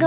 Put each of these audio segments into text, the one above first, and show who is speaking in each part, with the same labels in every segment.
Speaker 1: 有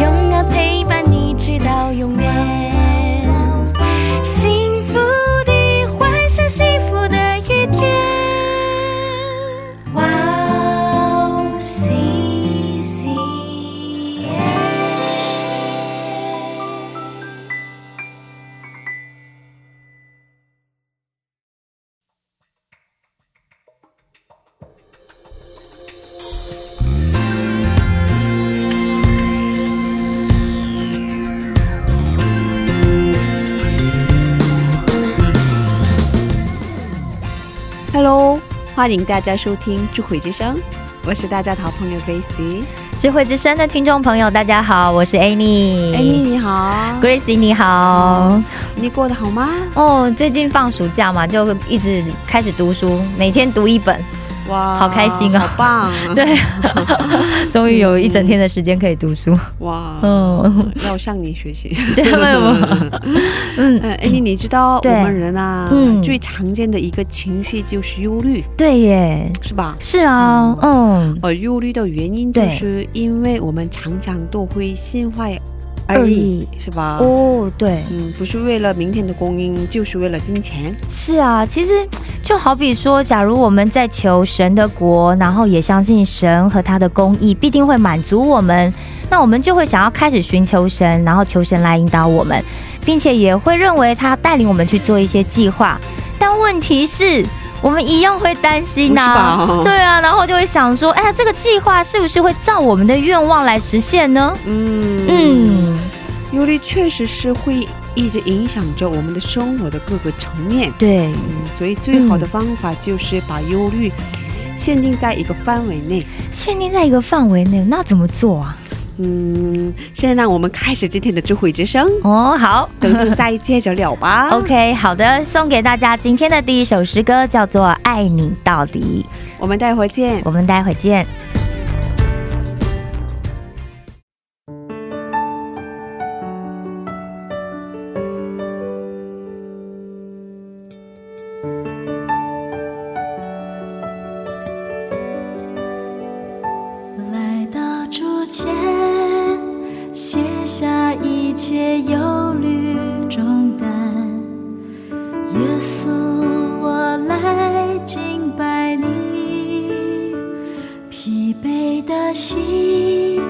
Speaker 1: 永远陪伴你直到永远。幸福的幻想，幸福的一天。哇哦，西西耶！
Speaker 2: Hello，欢迎大家收听智慧之声，我是大家的好朋友 Grace。
Speaker 3: 智慧之声的听众朋友，大家好，我是 Amy。
Speaker 2: Amy 你好
Speaker 3: g，r a c e 你好。
Speaker 2: 你过得好吗？
Speaker 3: 哦，最近放暑假嘛，就一直开始读书，每天读一本，
Speaker 2: 哇
Speaker 3: 好开心哦
Speaker 2: 好棒！，啊
Speaker 3: 对，终于有一整天的时间可以读书。
Speaker 2: 哇，
Speaker 3: 嗯，
Speaker 2: 要向你学习。
Speaker 3: 对，为什么？嗯，
Speaker 2: 嗯，Amy，你知道我
Speaker 3: 对
Speaker 2: 们人啊，
Speaker 3: 嗯
Speaker 2: 最常见的一个情绪就是忧虑，
Speaker 3: 对耶，
Speaker 2: 是吧？
Speaker 3: 是啊，嗯，
Speaker 2: 呃，忧虑的原因就
Speaker 3: 对
Speaker 2: 是因为我们常常都会心怀
Speaker 3: 而
Speaker 2: 而已
Speaker 3: 已，
Speaker 2: 是吧？
Speaker 3: 哦，对，
Speaker 2: 嗯，不是为了明天的供应，就是为了金钱。
Speaker 3: 是啊，其实就好比说，假如我们在求神的国，然后也相信神和他的公义必定会满足我们，那我们就会想要开始寻求神，然后求神来引导我们，并且也会认为他带领我们去做一些计划。但问题是，我们一样会担心呐、
Speaker 2: 不是吧
Speaker 3: 对啊，然后就会想说，哎呀，这个计划是不是会照我们的愿望来实现呢？
Speaker 2: 嗯
Speaker 3: 嗯，
Speaker 2: 忧虑确实是会一直影响着我们的生活的各个层面，
Speaker 3: 对，
Speaker 2: 嗯，所以最好的方法就是把忧虑限定在一个范围内。
Speaker 3: 限定在一个范围内，那怎么做啊？
Speaker 2: 嗯，现在让我们开始今天的智慧之声，
Speaker 3: 哦，好，
Speaker 2: 等等再接着聊吧。
Speaker 3: OK，好的，送给大家今天的第一首诗歌，叫做《爱你到底》。
Speaker 2: 我们待会儿见。
Speaker 3: 我们待会见。
Speaker 2: 嗯
Speaker 1: 来到主前，卸下一切忧虑重担。耶稣，我来敬拜你，疲惫的心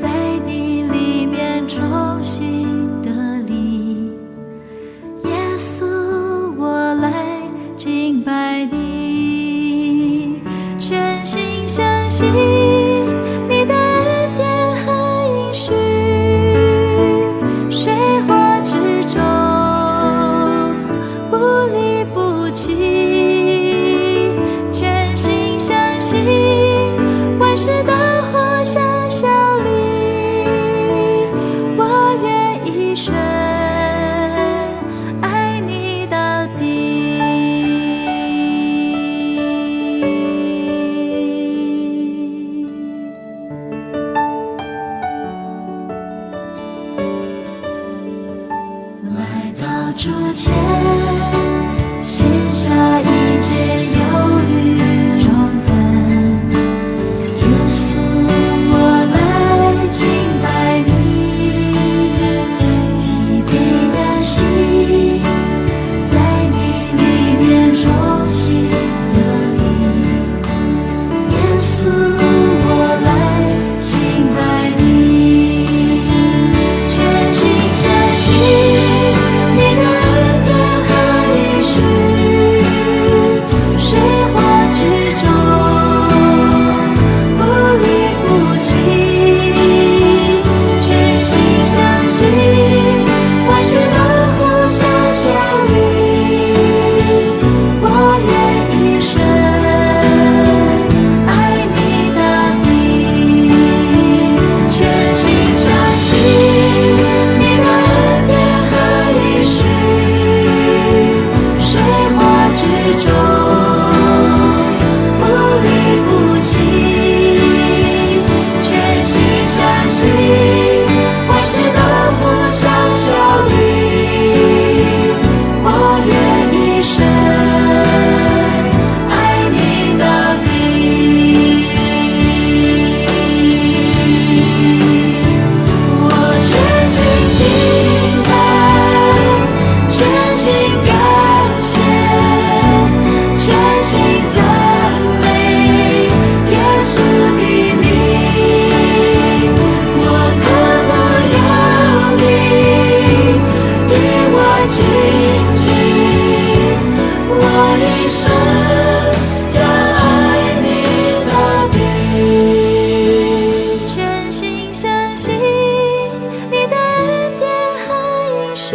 Speaker 1: 在你里面重新得力。耶稣，我来敬拜你，全心相信你的恩典和应许，虽一生要爱你到底，全心相信你的恩典和应许，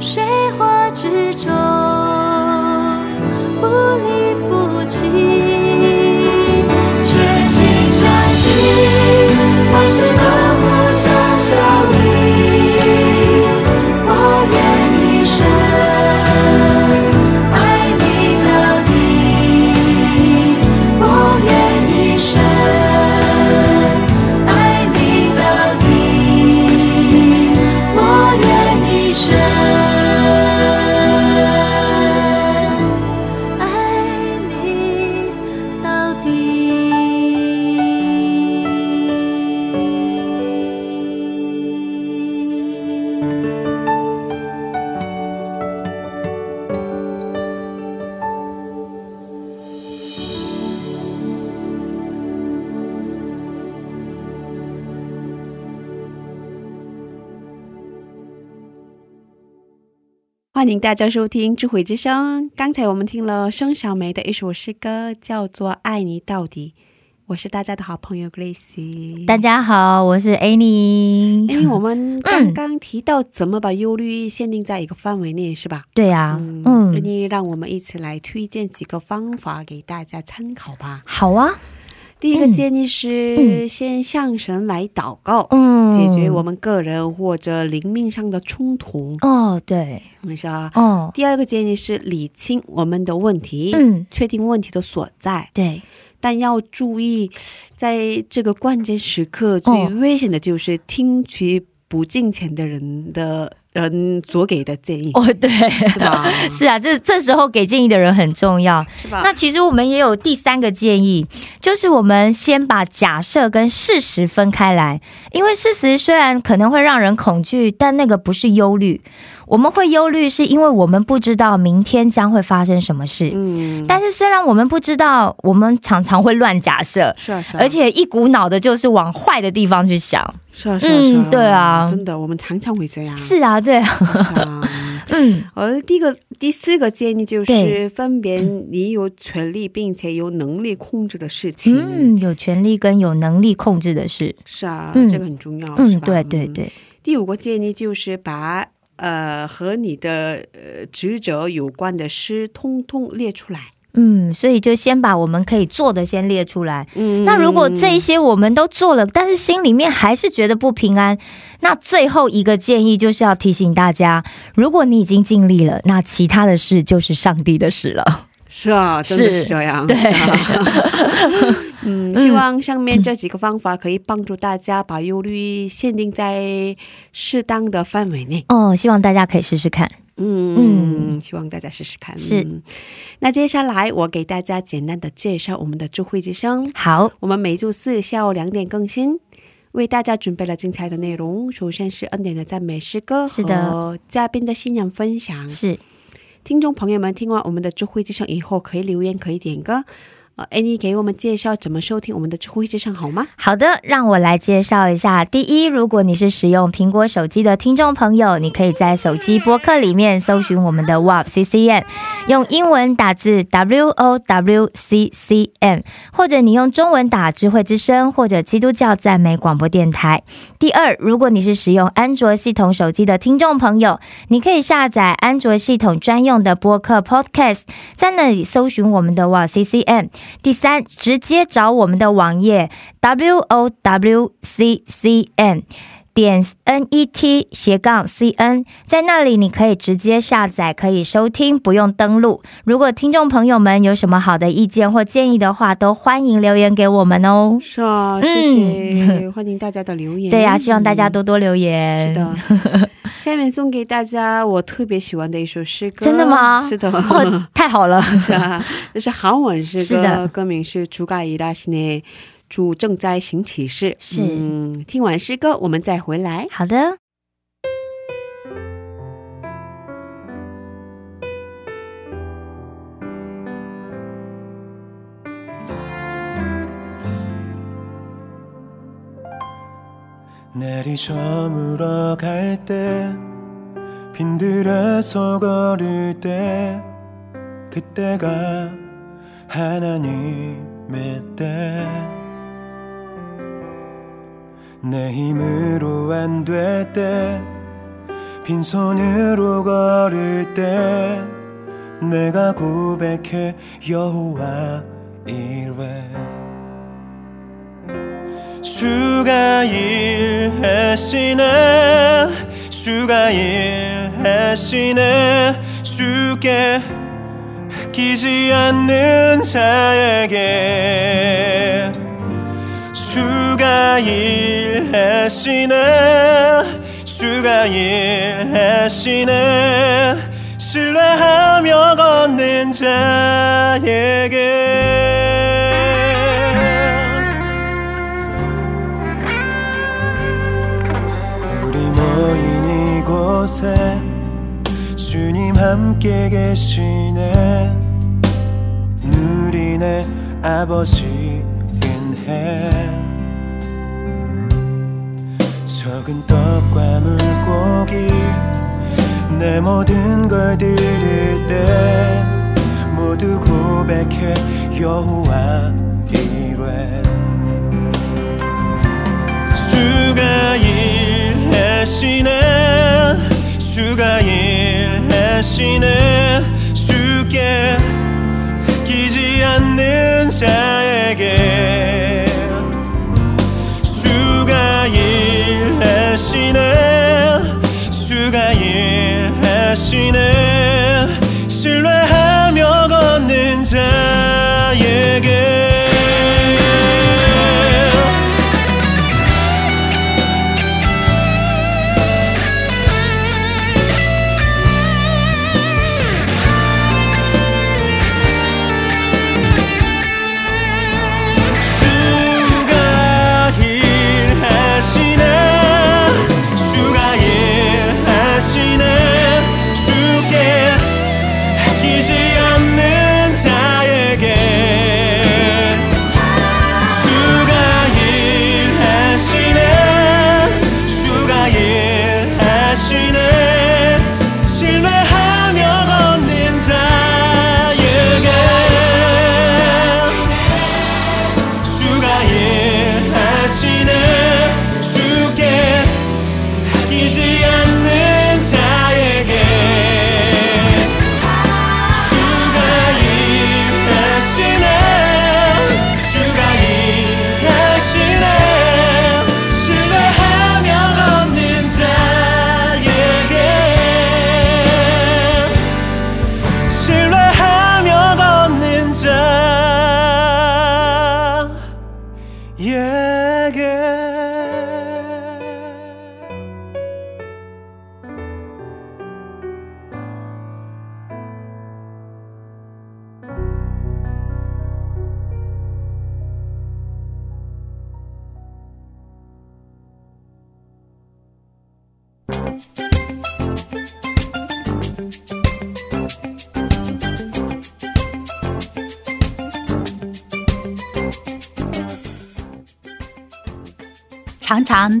Speaker 1: 水火之中不离不弃，全心相信万事都互相效力。我愿一生爱你到底，我愿一生爱你到底，我愿一生爱你到底。
Speaker 2: 欢迎大家收听《智慧之声》。刚才我们听了盛小梅的一首诗歌，叫做《爱你到底》。我是大家的好朋友 Grace。
Speaker 3: 大家好，嗯我是 Annie。
Speaker 2: 因为哎我们刚刚提到怎么把忧虑限定在一个范围内，是吧？
Speaker 3: 对呀、
Speaker 2: 嗯，
Speaker 3: 嗯，
Speaker 2: 你让我们一起来推荐几个方法给大家参考吧。
Speaker 3: 好啊，
Speaker 2: 第一个
Speaker 3: 嗯
Speaker 2: 建议是先向神来祷告，
Speaker 3: 嗯，
Speaker 2: 解决我们个人或者灵命上的冲突，
Speaker 3: 哦，对，
Speaker 2: 没事啊。
Speaker 3: 哦，
Speaker 2: 第二个建议是理清我们的问题，
Speaker 3: 嗯，
Speaker 2: 确定问题的所在，
Speaker 3: 对，
Speaker 2: 但要注意，在这个关键时刻，最危险的就是听取不敬虔的人的呃人所给的建议，
Speaker 3: 哦，对，
Speaker 2: 是吧？
Speaker 3: 是啊，这这时候给建议的人很重要。
Speaker 2: 是吧？
Speaker 3: 那其实我们也有第三个建议，就是我们先把假设跟事实分开来，因为事实虽然可能会让人恐惧，但那个不是忧虑。我们会忧虑是因为我们不知道明天将会发生什么事。
Speaker 2: 嗯，
Speaker 3: 但是虽然我们不知道，我们常常会乱假设，
Speaker 2: 是啊，是啊，
Speaker 3: 而且一股脑的就是往坏的地方去想。
Speaker 2: 是啊，是啊，是啊
Speaker 3: 嗯对啊
Speaker 2: 真的，我们常常会这样。
Speaker 3: 是啊， 对啊，
Speaker 2: 是啊，
Speaker 3: 嗯，
Speaker 2: 而第一个、第四个建议就
Speaker 3: 对
Speaker 2: 是分别你有权利并且有能力控制的事情。
Speaker 3: 嗯，有权利跟有能力控制的事。
Speaker 2: 是啊，
Speaker 3: 嗯
Speaker 2: 这个很重要。是
Speaker 3: 嗯，
Speaker 2: 吧
Speaker 3: 对对。
Speaker 2: 嗯
Speaker 3: 对，
Speaker 2: 第五个建议就是把呃和你的呃职责有关的事通通列出来。
Speaker 3: 嗯，所以就先把我们可以做的先列出来。
Speaker 2: 嗯
Speaker 3: 那如果这一些我们都做了，但是心里面还是觉得不平安，那最后一个建议就是要提醒大家：如果你已经尽力了，那其他的事就是上帝的事了。
Speaker 2: 是啊，真的是
Speaker 3: 是
Speaker 2: 这样。
Speaker 3: 对
Speaker 2: 是啊 嗯，希望上面这几个方法可以帮助大家把忧虑限定在适当的范围内。
Speaker 3: 哦，希望大家可以试试看。
Speaker 2: 嗯，希望大家试试看。
Speaker 3: 是
Speaker 2: 嗯，那接下来我给大家简单的介绍我们的智慧之声。
Speaker 3: 好，
Speaker 2: 我们每周四下午两点更新，为大家准备了精彩的内容。首先是恩典的赞美诗歌
Speaker 3: 是的
Speaker 2: 和嘉宾的信仰分享。
Speaker 3: 是
Speaker 2: 听众朋友们，听完我们的智慧之声以后，可以留言，可以点歌。呃，Annie 给我们介绍怎么收听我们的智慧之声好吗？
Speaker 3: 好的，让我来介绍一下。第一，如果你是使用苹果手机的听众朋友，你可以在手机播客里面搜寻我们的 WOW CCM，用英文打字 W O W C C M，或者你用中文打“智慧之声”或者“基督教赞美广播电台”。第二，如果你是使用安卓系统手机的听众朋友，你可以下载安卓系统专用的播客 Podcast，在那里搜寻我们的 WOW CCM。第三，直接找我们的网页 w o w c c n 点 n e t 斜杠 c n，在那里你可以直接下载，可以收听，不用登录。如果听众朋友们有什么好的意见或建议的话，都欢迎留言给我们哦。
Speaker 2: 是啊，谢谢，欢迎大家的留 言。嗯
Speaker 3: 对呀、希望大家多多留言。
Speaker 2: 是，的， 下面送给大家我特别喜欢的一首诗歌。
Speaker 3: 真的吗
Speaker 2: 是的，
Speaker 3: 哦，太好了。
Speaker 2: 是啊，这是韩文诗
Speaker 3: 是的
Speaker 2: 歌，歌名是《主가일하시네》，主正在行启事。
Speaker 3: 是
Speaker 2: 嗯，听完诗歌我们再回来。
Speaker 3: 好的，
Speaker 4: 날이 저물어 갈 때 빈들에서 걸을 때 그때가 하나님의 때 내 힘으로 안 될 때, 빈손으로 걸을 때, 내가 고백해 여호와 이래 주가 일하시네 주가 일하시네 주께 아끼지 않는 자에게 주가 일하시네 주가 일하시네 신뢰하며 걷는 자에게 우리 모인 이곳에 주님 함께 계시네 누리네 아버지 은혜 적은 떡과 물고기 내 모든 걸 드릴 때 모두 고백해 여호와 이래 주가 일하시네 주가 일하시네 주께 아끼지 않는 자에게 주가 일하시네 주가 일하시네 신뢰하며 걷는 자에게 주가 일하시네 주가 일하시네 주께 아끼지 않는 자에게 주가 일하시네 주가 일하시네 신뢰하며 걷는 자에게 주가 일하시네 주께 아끼지 않는 자에게 주가 일하시네 주가 일하시네 신뢰하며 걷는 자에게 신뢰하며 걷는 자에게
Speaker 5: 常常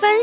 Speaker 6: 分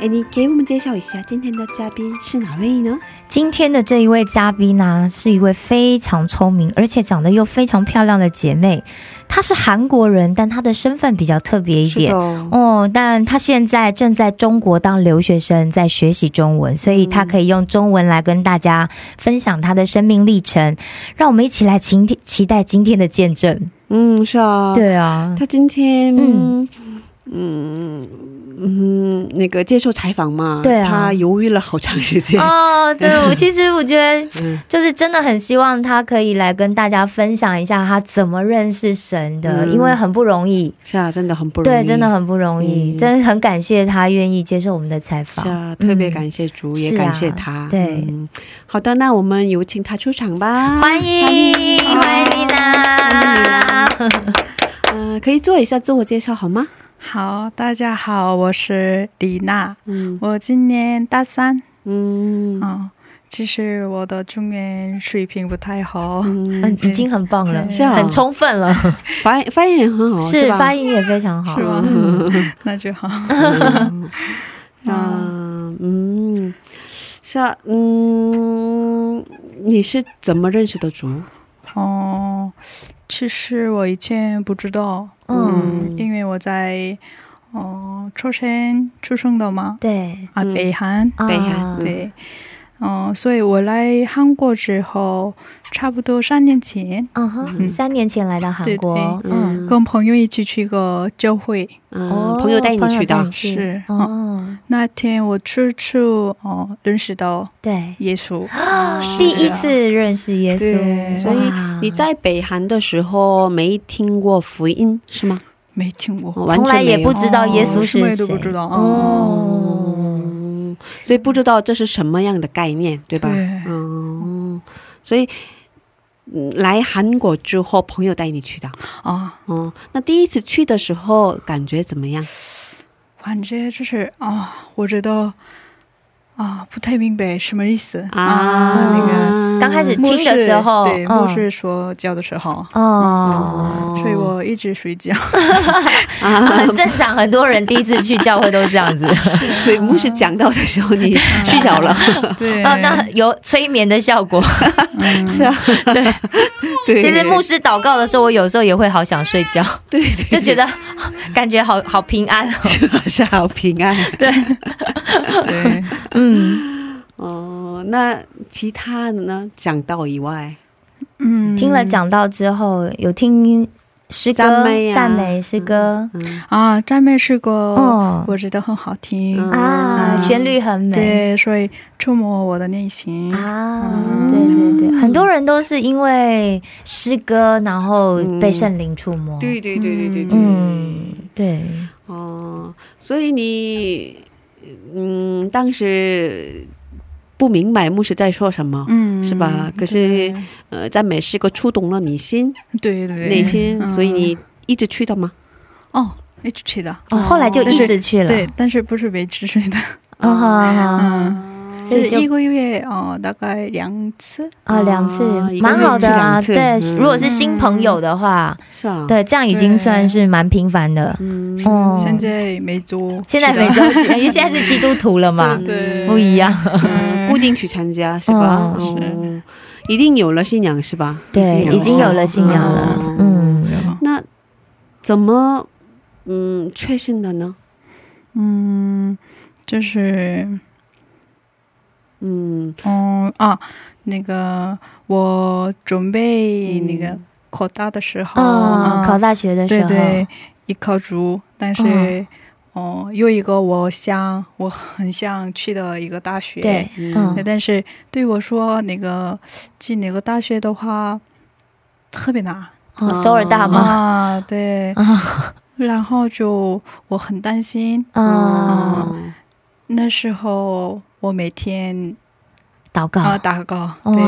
Speaker 2: 哎，你给我们介绍一下今天的嘉宾是哪位呢？
Speaker 3: 今天的这一位嘉宾呢、是一位非常聪明，而且长得又非常漂亮的姐妹。她是韩国人，但她的身份比较特别一
Speaker 2: 是
Speaker 3: 点
Speaker 2: 的。
Speaker 3: 哦，但她现在正在中国当留学生，在学习中文，所以她可以用中文来跟大家分享她的生命历程。让我们一起来期期待今天的见证。
Speaker 2: 嗯，是啊，，
Speaker 3: 对啊，
Speaker 2: 他今天
Speaker 3: 嗯
Speaker 2: 嗯嗯嗯那个接受采访嘛，
Speaker 3: 对啊
Speaker 2: 他犹豫了好长时间。
Speaker 3: 哦，对 我其实我觉得
Speaker 2: 嗯
Speaker 3: 就是真的很希望她可以来跟大家分享一下她怎么认识神的，
Speaker 2: 嗯
Speaker 3: 因为很不容易。
Speaker 2: 是啊，真的很不容易，
Speaker 3: 对，真的很不容易，
Speaker 2: 嗯
Speaker 3: 真的很感谢他愿意接受我们的采
Speaker 2: 是
Speaker 3: 访。
Speaker 2: 啊，
Speaker 3: 嗯
Speaker 2: 特别感谢主，也
Speaker 3: 是啊
Speaker 2: 感谢他。
Speaker 3: 对
Speaker 2: 嗯，好的，那我们有请他出场吧。
Speaker 3: 欢迎欢迎丽娜，
Speaker 2: 嗯、可以做一下自我介绍好吗？
Speaker 7: 好，大家好，我是李娜，
Speaker 2: 嗯
Speaker 7: 我今年大三
Speaker 2: 嗯
Speaker 7: 啊、其实我的中文水平不太好，
Speaker 3: 嗯
Speaker 2: 嗯，
Speaker 3: 已经很棒了，
Speaker 7: 是
Speaker 2: 啊
Speaker 3: 很充分了，
Speaker 2: 发音发音也很好，
Speaker 3: 是
Speaker 2: 吧？
Speaker 3: 发音也非常好
Speaker 7: 是。吗？
Speaker 2: 嗯
Speaker 7: 那就好。
Speaker 2: 啊，嗯，是啊，嗯，你是怎么认识的主？啊
Speaker 7: 哦，其实我以前不知道，
Speaker 3: 嗯，
Speaker 7: 嗯，因为我在哦、出生出生的嘛，
Speaker 3: 对，
Speaker 7: 啊，
Speaker 2: 嗯
Speaker 7: 北韩，
Speaker 2: 北韩
Speaker 3: 啊
Speaker 7: 对，哦、所以我来韩国之后，差不多三年前。
Speaker 3: 嗯哼，三年前来到韩国，
Speaker 2: 对对
Speaker 3: 嗯，
Speaker 7: 跟朋友一起去个教会，
Speaker 2: 嗯，
Speaker 3: 哦
Speaker 2: 朋友带你去的，
Speaker 7: 是
Speaker 2: 嗯
Speaker 3: 哦，
Speaker 7: 那天我处处哦认识到
Speaker 3: 对，
Speaker 7: 耶稣，
Speaker 2: 哦
Speaker 3: 第一次认识耶稣，
Speaker 7: 对
Speaker 2: 啊所以
Speaker 3: 哇
Speaker 2: 啊你在北韩的时候没听过福音是吗？
Speaker 7: 没听过，
Speaker 2: 哦完
Speaker 3: 从
Speaker 2: 全
Speaker 3: 来也
Speaker 2: 没有
Speaker 3: 不知道耶稣
Speaker 7: 哦什么
Speaker 3: 是
Speaker 7: 也都
Speaker 3: 谁，
Speaker 7: 不知道嗯
Speaker 3: 哦。
Speaker 2: 嗯，所以不知道这是什么样的概念，对吧？
Speaker 7: 对
Speaker 2: 嗯，所以嗯来韩国之后，朋友带你去的。
Speaker 7: 啊，
Speaker 2: 哦，那第一次去的时候感觉怎么样？
Speaker 7: 感觉就是啊，我觉得啊不太明白什么意思啊那个
Speaker 2: 啊
Speaker 3: 刚开始
Speaker 7: 牧师
Speaker 3: 啊听的时候，
Speaker 7: 对
Speaker 3: 嗯
Speaker 7: 牧师说教的时候，
Speaker 3: 哦，
Speaker 7: 所以我一直睡 觉，
Speaker 3: 很 正常，很多人第一次去教会都这样 子。
Speaker 2: 所以牧师讲到的时候，你睡着了，
Speaker 7: 对，
Speaker 3: 啊，那有催眠的效 果。
Speaker 7: 嗯
Speaker 2: 是啊，对，
Speaker 3: 其实牧师祷告的时候，我有时候也会好想睡觉，
Speaker 2: 对对
Speaker 3: 就觉得 感觉好好平安 哦。
Speaker 2: 得是好平安。
Speaker 7: 对，
Speaker 3: 嗯，
Speaker 2: 哦，那其他的呢？讲道以外，
Speaker 7: 嗯，
Speaker 3: 听了讲道之后，有听诗歌、
Speaker 2: 赞美啊
Speaker 3: 赞美诗歌，
Speaker 2: 嗯
Speaker 7: 啊，赞美诗歌，
Speaker 3: 哦
Speaker 7: 我觉得很好听，
Speaker 3: 啊，
Speaker 7: 嗯
Speaker 3: 旋律很美。
Speaker 7: 对，所以触摸我的内心，
Speaker 3: 啊，
Speaker 7: 嗯
Speaker 3: 对对对，很多人都是因为诗歌，然后被圣灵触摸。
Speaker 2: 对对对对对对。
Speaker 3: 嗯，对，
Speaker 2: 哦，所以你，嗯，当时不明白牧师在说什么，
Speaker 7: 嗯，
Speaker 2: 是吧？可
Speaker 7: 对
Speaker 2: 是，呃，赞美诗歌触动了你心
Speaker 7: 对对对，
Speaker 2: 内心，
Speaker 7: 嗯
Speaker 2: 所以你一直去的吗？
Speaker 7: 哦，一直去的，
Speaker 3: 哦后来就一直去了。
Speaker 7: 对，但是不是每次去的，
Speaker 3: 嗯好好好
Speaker 7: 嗯，
Speaker 3: 所
Speaker 7: 就
Speaker 3: 以
Speaker 7: 是
Speaker 3: 就
Speaker 7: 一个月哦，大概两次，
Speaker 3: 啊，两次
Speaker 2: 啊一个
Speaker 3: 蛮好的啊。
Speaker 2: 月去
Speaker 3: 对
Speaker 2: 两，次嗯
Speaker 3: 如果是新朋友的话，
Speaker 2: 是啊，，
Speaker 3: 对，这样已经算是蛮频繁的。
Speaker 2: 嗯，
Speaker 3: 哦，
Speaker 7: 现在每周，
Speaker 3: 现在每周去，因为现在是基督徒了嘛，
Speaker 7: 对
Speaker 3: 不一样。
Speaker 7: 嗯
Speaker 2: 固定去参加是吧？
Speaker 7: 嗯是
Speaker 2: 哦，一定有了信仰是吧？
Speaker 3: 对，已经有了信仰了
Speaker 2: 哦。
Speaker 3: 嗯，
Speaker 2: 那怎么嗯确信的呢？
Speaker 7: 嗯，就是，
Speaker 2: 嗯，
Speaker 7: 嗯啊，那个我准备那个考大的时候，
Speaker 3: 嗯哦，
Speaker 7: 嗯
Speaker 3: 考大学的时
Speaker 7: 对
Speaker 3: 候，嗯
Speaker 7: 对，一考主，但是。哦，有一个我想我很想去的一个大学，
Speaker 3: 对，
Speaker 7: 那
Speaker 3: 嗯，
Speaker 7: 但是对我说，那个进哪个大学的话，特别难
Speaker 3: 哦首尔大吗？
Speaker 7: 啊，对，
Speaker 3: 嗯
Speaker 7: 然后就我很担心。
Speaker 2: 嗯
Speaker 3: 啊，
Speaker 2: 哦
Speaker 7: 那时候我每天
Speaker 3: 祷
Speaker 7: 啊
Speaker 3: 告。
Speaker 7: 祷告，
Speaker 3: 哦
Speaker 7: 对，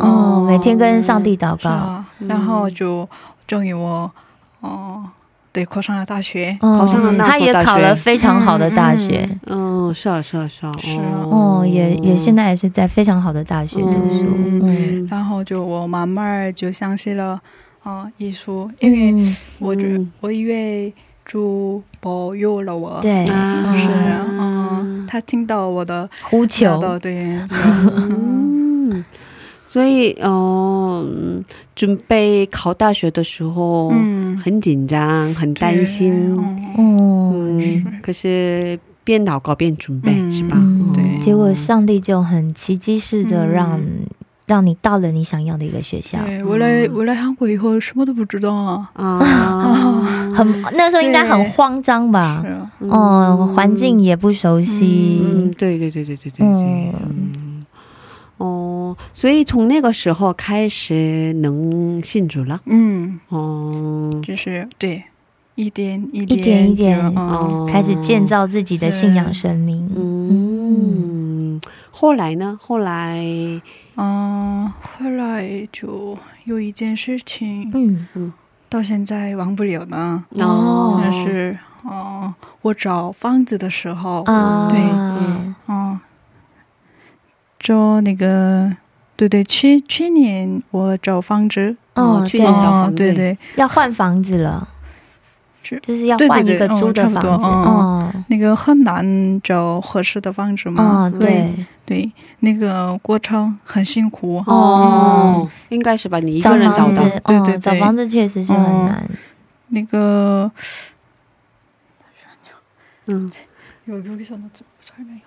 Speaker 3: 哦，每天跟上帝祷
Speaker 7: 是
Speaker 3: 告。
Speaker 7: 啊啊，然后就终于我哦对，考上了大学。
Speaker 2: 考上了那所大学
Speaker 3: 嗯他也考了非常好的大学，
Speaker 2: 嗯，是啊，是啊，是啊，
Speaker 7: 是
Speaker 3: 哦，也也现在也是在非常好的大学读书，嗯，
Speaker 7: 然后就我慢慢就相信了啊、艺术，因为
Speaker 3: 嗯
Speaker 7: 我觉、
Speaker 2: 嗯
Speaker 7: 我因为主保佑了我，
Speaker 3: 对，
Speaker 2: 啊
Speaker 7: 是嗯，他听到我的
Speaker 3: 呼
Speaker 7: 教
Speaker 3: 求，
Speaker 7: 导，对，啊就
Speaker 2: 嗯，所以哦、嗯准备考大学的时候，
Speaker 7: 嗯，
Speaker 2: 很紧张，很担心，
Speaker 7: 对
Speaker 3: 哦，
Speaker 2: 嗯，可是边祷告边准备，
Speaker 7: 嗯
Speaker 2: 是吧？哦
Speaker 3: 嗯，
Speaker 7: 对
Speaker 3: 结果上帝就很奇迹式的让、让你到了你想要的一个学校
Speaker 7: 嗯，，对，我来我来韩国以后什么都不知道啊，
Speaker 2: 啊，
Speaker 3: 很那时候应该很慌张吧
Speaker 7: 是，？啊，
Speaker 3: 哦，环境也不熟
Speaker 2: 嗯，
Speaker 3: 悉，
Speaker 2: 对对对对对对对，嗯，哦，所以从那个时候开始能信主了，
Speaker 7: 嗯，
Speaker 2: 哦，
Speaker 7: 就是对，一点一
Speaker 3: 一点一点
Speaker 7: 就嗯，
Speaker 2: 哦
Speaker 3: 开始建，造自己的信仰生命。嗯，
Speaker 2: 嗯，后来呢？后来，
Speaker 7: 嗯，后来就有一件事情
Speaker 3: 嗯，
Speaker 7: 到现在忘不了呢，
Speaker 2: 哦，
Speaker 7: 那是哦、我找房子的时候，
Speaker 3: 啊，
Speaker 7: 对
Speaker 3: 嗯
Speaker 7: 哦，就那个，对对，去去年我找房子，
Speaker 2: 哦
Speaker 3: 哦，
Speaker 2: 去
Speaker 3: 对
Speaker 2: 年，找
Speaker 7: 哦
Speaker 2: 房，子
Speaker 7: 对对，
Speaker 3: 要换房子了
Speaker 7: 是。
Speaker 3: 就是要换一个租的房子，
Speaker 7: 对对对嗯差不多
Speaker 3: 哦
Speaker 7: 那个很难找合适的房子嘛，
Speaker 2: 啊
Speaker 3: 哦，对，
Speaker 7: 嗯对，那个过程很辛苦，
Speaker 2: 哦，应该是吧？你一
Speaker 3: 找
Speaker 2: 个人找
Speaker 3: 房
Speaker 2: 到
Speaker 3: 子，
Speaker 7: 的对对
Speaker 3: 哦
Speaker 7: 对
Speaker 3: 找房子确实是很难。
Speaker 7: 那个
Speaker 2: 嗯。
Speaker 7: 有여기서는좀설명이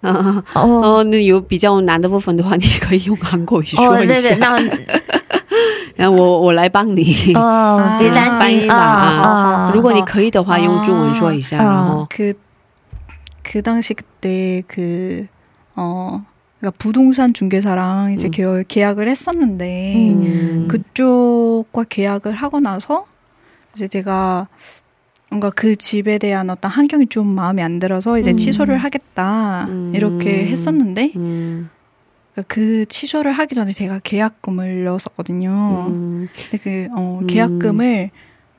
Speaker 2: 嗯
Speaker 3: 哦
Speaker 2: 哦，那有比较难的部分的话，你可以用韩国语
Speaker 3: 哦，
Speaker 2: 说一
Speaker 3: 对对，
Speaker 2: 下，
Speaker 3: 那
Speaker 2: 然后我我来帮你。
Speaker 3: 哦，别担
Speaker 2: 翻译
Speaker 3: 心
Speaker 2: 嘛
Speaker 3: 啊
Speaker 7: 啊
Speaker 3: 啊！
Speaker 2: 如果你可以的话，用中文说一下，
Speaker 3: 啊
Speaker 2: 然后
Speaker 7: 그그당시그때그어그러니까부동산중개사랑이제
Speaker 2: 음.
Speaker 7: 계약계약을했었는데
Speaker 2: 음.
Speaker 7: 그쪽과 계약을 하고 나서 이제 제가 뭔가 그 집에 대한 어떤 환경이 좀 마음에 안 들어서 이제
Speaker 3: 음.
Speaker 7: 취소를 하겠다
Speaker 2: 음.
Speaker 7: 이렇게 했었는데
Speaker 2: 嗯
Speaker 7: 그 취소를 하기 전에 제가 계약금을 넣었었거든요.
Speaker 2: 嗯
Speaker 7: 근데 그 어,
Speaker 2: 음.
Speaker 7: 계약금을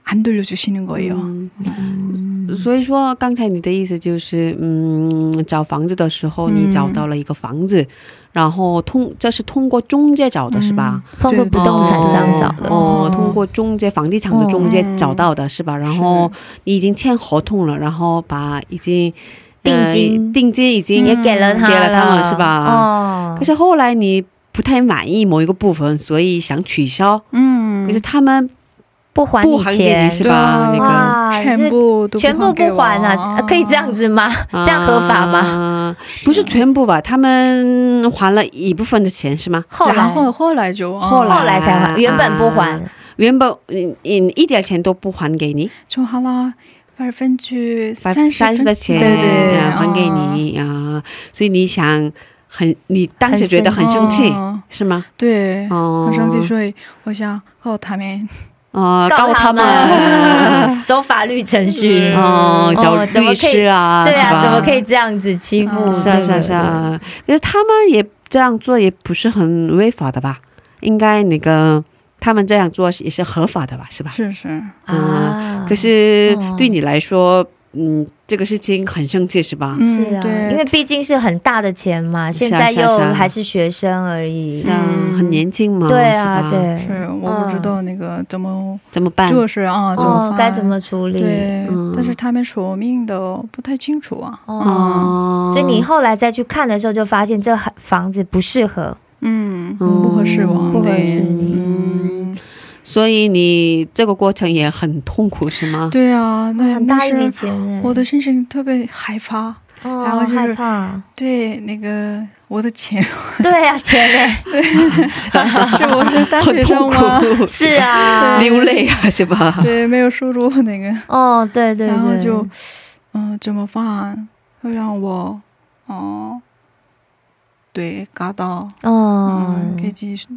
Speaker 7: 안 돌려주시는 거예요.
Speaker 2: 嗯，
Speaker 3: 哦嗯
Speaker 2: 所以说刚才你的意思就是，嗯，找房子的时候
Speaker 7: 嗯
Speaker 2: 你找到了一个房
Speaker 3: 嗯
Speaker 2: 子，然后通这是通过中介找的是吧？
Speaker 3: 通过嗯不动产商找的，嗯
Speaker 2: 哦，通过中介房地产的中介找到的是吧？然后你已经签合同了，然后把已经
Speaker 3: 定金
Speaker 2: 呃定金已经
Speaker 3: 也给了他
Speaker 2: 给了他们是吧
Speaker 3: 哦
Speaker 2: 可，是后来你不太满意某一个部分，所以想取消。
Speaker 7: 음.
Speaker 3: 嗯
Speaker 2: 可是他们
Speaker 3: 不还
Speaker 2: 不
Speaker 3: 你
Speaker 2: 还给你
Speaker 3: 钱
Speaker 2: 是吧？
Speaker 7: 对
Speaker 2: 那个
Speaker 3: 啊哇，
Speaker 7: 全
Speaker 3: 这
Speaker 7: 部都
Speaker 3: 全部不还啊？
Speaker 7: 哦
Speaker 3: 可以这样子吗？
Speaker 2: 啊
Speaker 3: 这样合法吗？啊
Speaker 2: 吗？啊不是全部吧？他们还了一部分的钱是吗？
Speaker 3: 后来
Speaker 7: 然后后来就
Speaker 2: 后来
Speaker 3: 后来才还，原本不还
Speaker 2: 啊原本嗯嗯一点钱都不还给你，
Speaker 7: 就花了百分之
Speaker 2: 把
Speaker 7: 三
Speaker 2: 三十的钱
Speaker 7: 对对哦
Speaker 2: 啊还给你啊，所以你想很，你当时觉得很生气
Speaker 7: 嗯
Speaker 2: 是吗？
Speaker 7: 对，
Speaker 2: 哦，
Speaker 7: 很生气，所以我想告他们，
Speaker 2: 哦，告
Speaker 3: 告
Speaker 2: 他们。
Speaker 3: 们走法律程序，
Speaker 2: 哦，找
Speaker 3: 哦怎么
Speaker 2: 律
Speaker 3: 可以
Speaker 2: 师啊，
Speaker 3: 对
Speaker 2: 是吧
Speaker 3: 啊，怎么可以这样子欺负？
Speaker 7: 嗯
Speaker 2: 是啊是啊是啊，因为他们也这样做也不是很违法的吧？应该那个他们这样做也是合法的吧？是吧？
Speaker 7: 是哦是，
Speaker 2: 啊可是对你来说，嗯，这个事情很生气是
Speaker 7: 嗯
Speaker 2: 吧？
Speaker 3: 是啊，
Speaker 7: 对，
Speaker 3: 因为毕竟是很大的钱嘛，
Speaker 2: 是啊
Speaker 3: 现在
Speaker 2: 是啊
Speaker 3: 又
Speaker 2: 是啊
Speaker 3: 还是学生而已
Speaker 2: 是。啊，
Speaker 7: 嗯
Speaker 2: 很年轻嘛，
Speaker 3: 对啊，
Speaker 2: 是吧，
Speaker 3: 对，
Speaker 7: 是我不知道那个怎么
Speaker 2: 怎么办？
Speaker 7: 就是啊，怎么
Speaker 3: 嗯哦
Speaker 7: 发，
Speaker 3: 该怎么处理？
Speaker 7: 对
Speaker 2: 嗯，
Speaker 7: 但是他们说明的不太清楚啊，
Speaker 3: 哦，
Speaker 2: 哦，
Speaker 7: 嗯
Speaker 3: 所以你后来再去看的时候，就发现这房子不适合。
Speaker 7: 嗯，
Speaker 2: 嗯
Speaker 7: 不合适我，
Speaker 3: 哦不合适
Speaker 7: 对
Speaker 3: 你
Speaker 7: 嗯，
Speaker 2: 所以你这个过程也很痛苦是吗？
Speaker 7: 对啊，那
Speaker 3: 很大
Speaker 7: 那
Speaker 3: 一笔
Speaker 7: 是
Speaker 3: 钱呢，
Speaker 7: 我的心情特别害怕，
Speaker 3: 哦
Speaker 7: 然后就是
Speaker 3: 害 怕，
Speaker 7: 对那个我的 钱
Speaker 3: 对啊， 钱呢？
Speaker 7: 是我是大
Speaker 2: 很
Speaker 7: 学生
Speaker 2: 痛
Speaker 7: 吗？
Speaker 2: 苦，
Speaker 3: 是啊，
Speaker 2: 流泪啊，是吧？
Speaker 7: 对，没有收入那个，
Speaker 3: 哦，对对对，
Speaker 7: 然后就嗯、怎么办？会让我哦、对，嘎到
Speaker 3: 哦
Speaker 7: 嗯，可以继续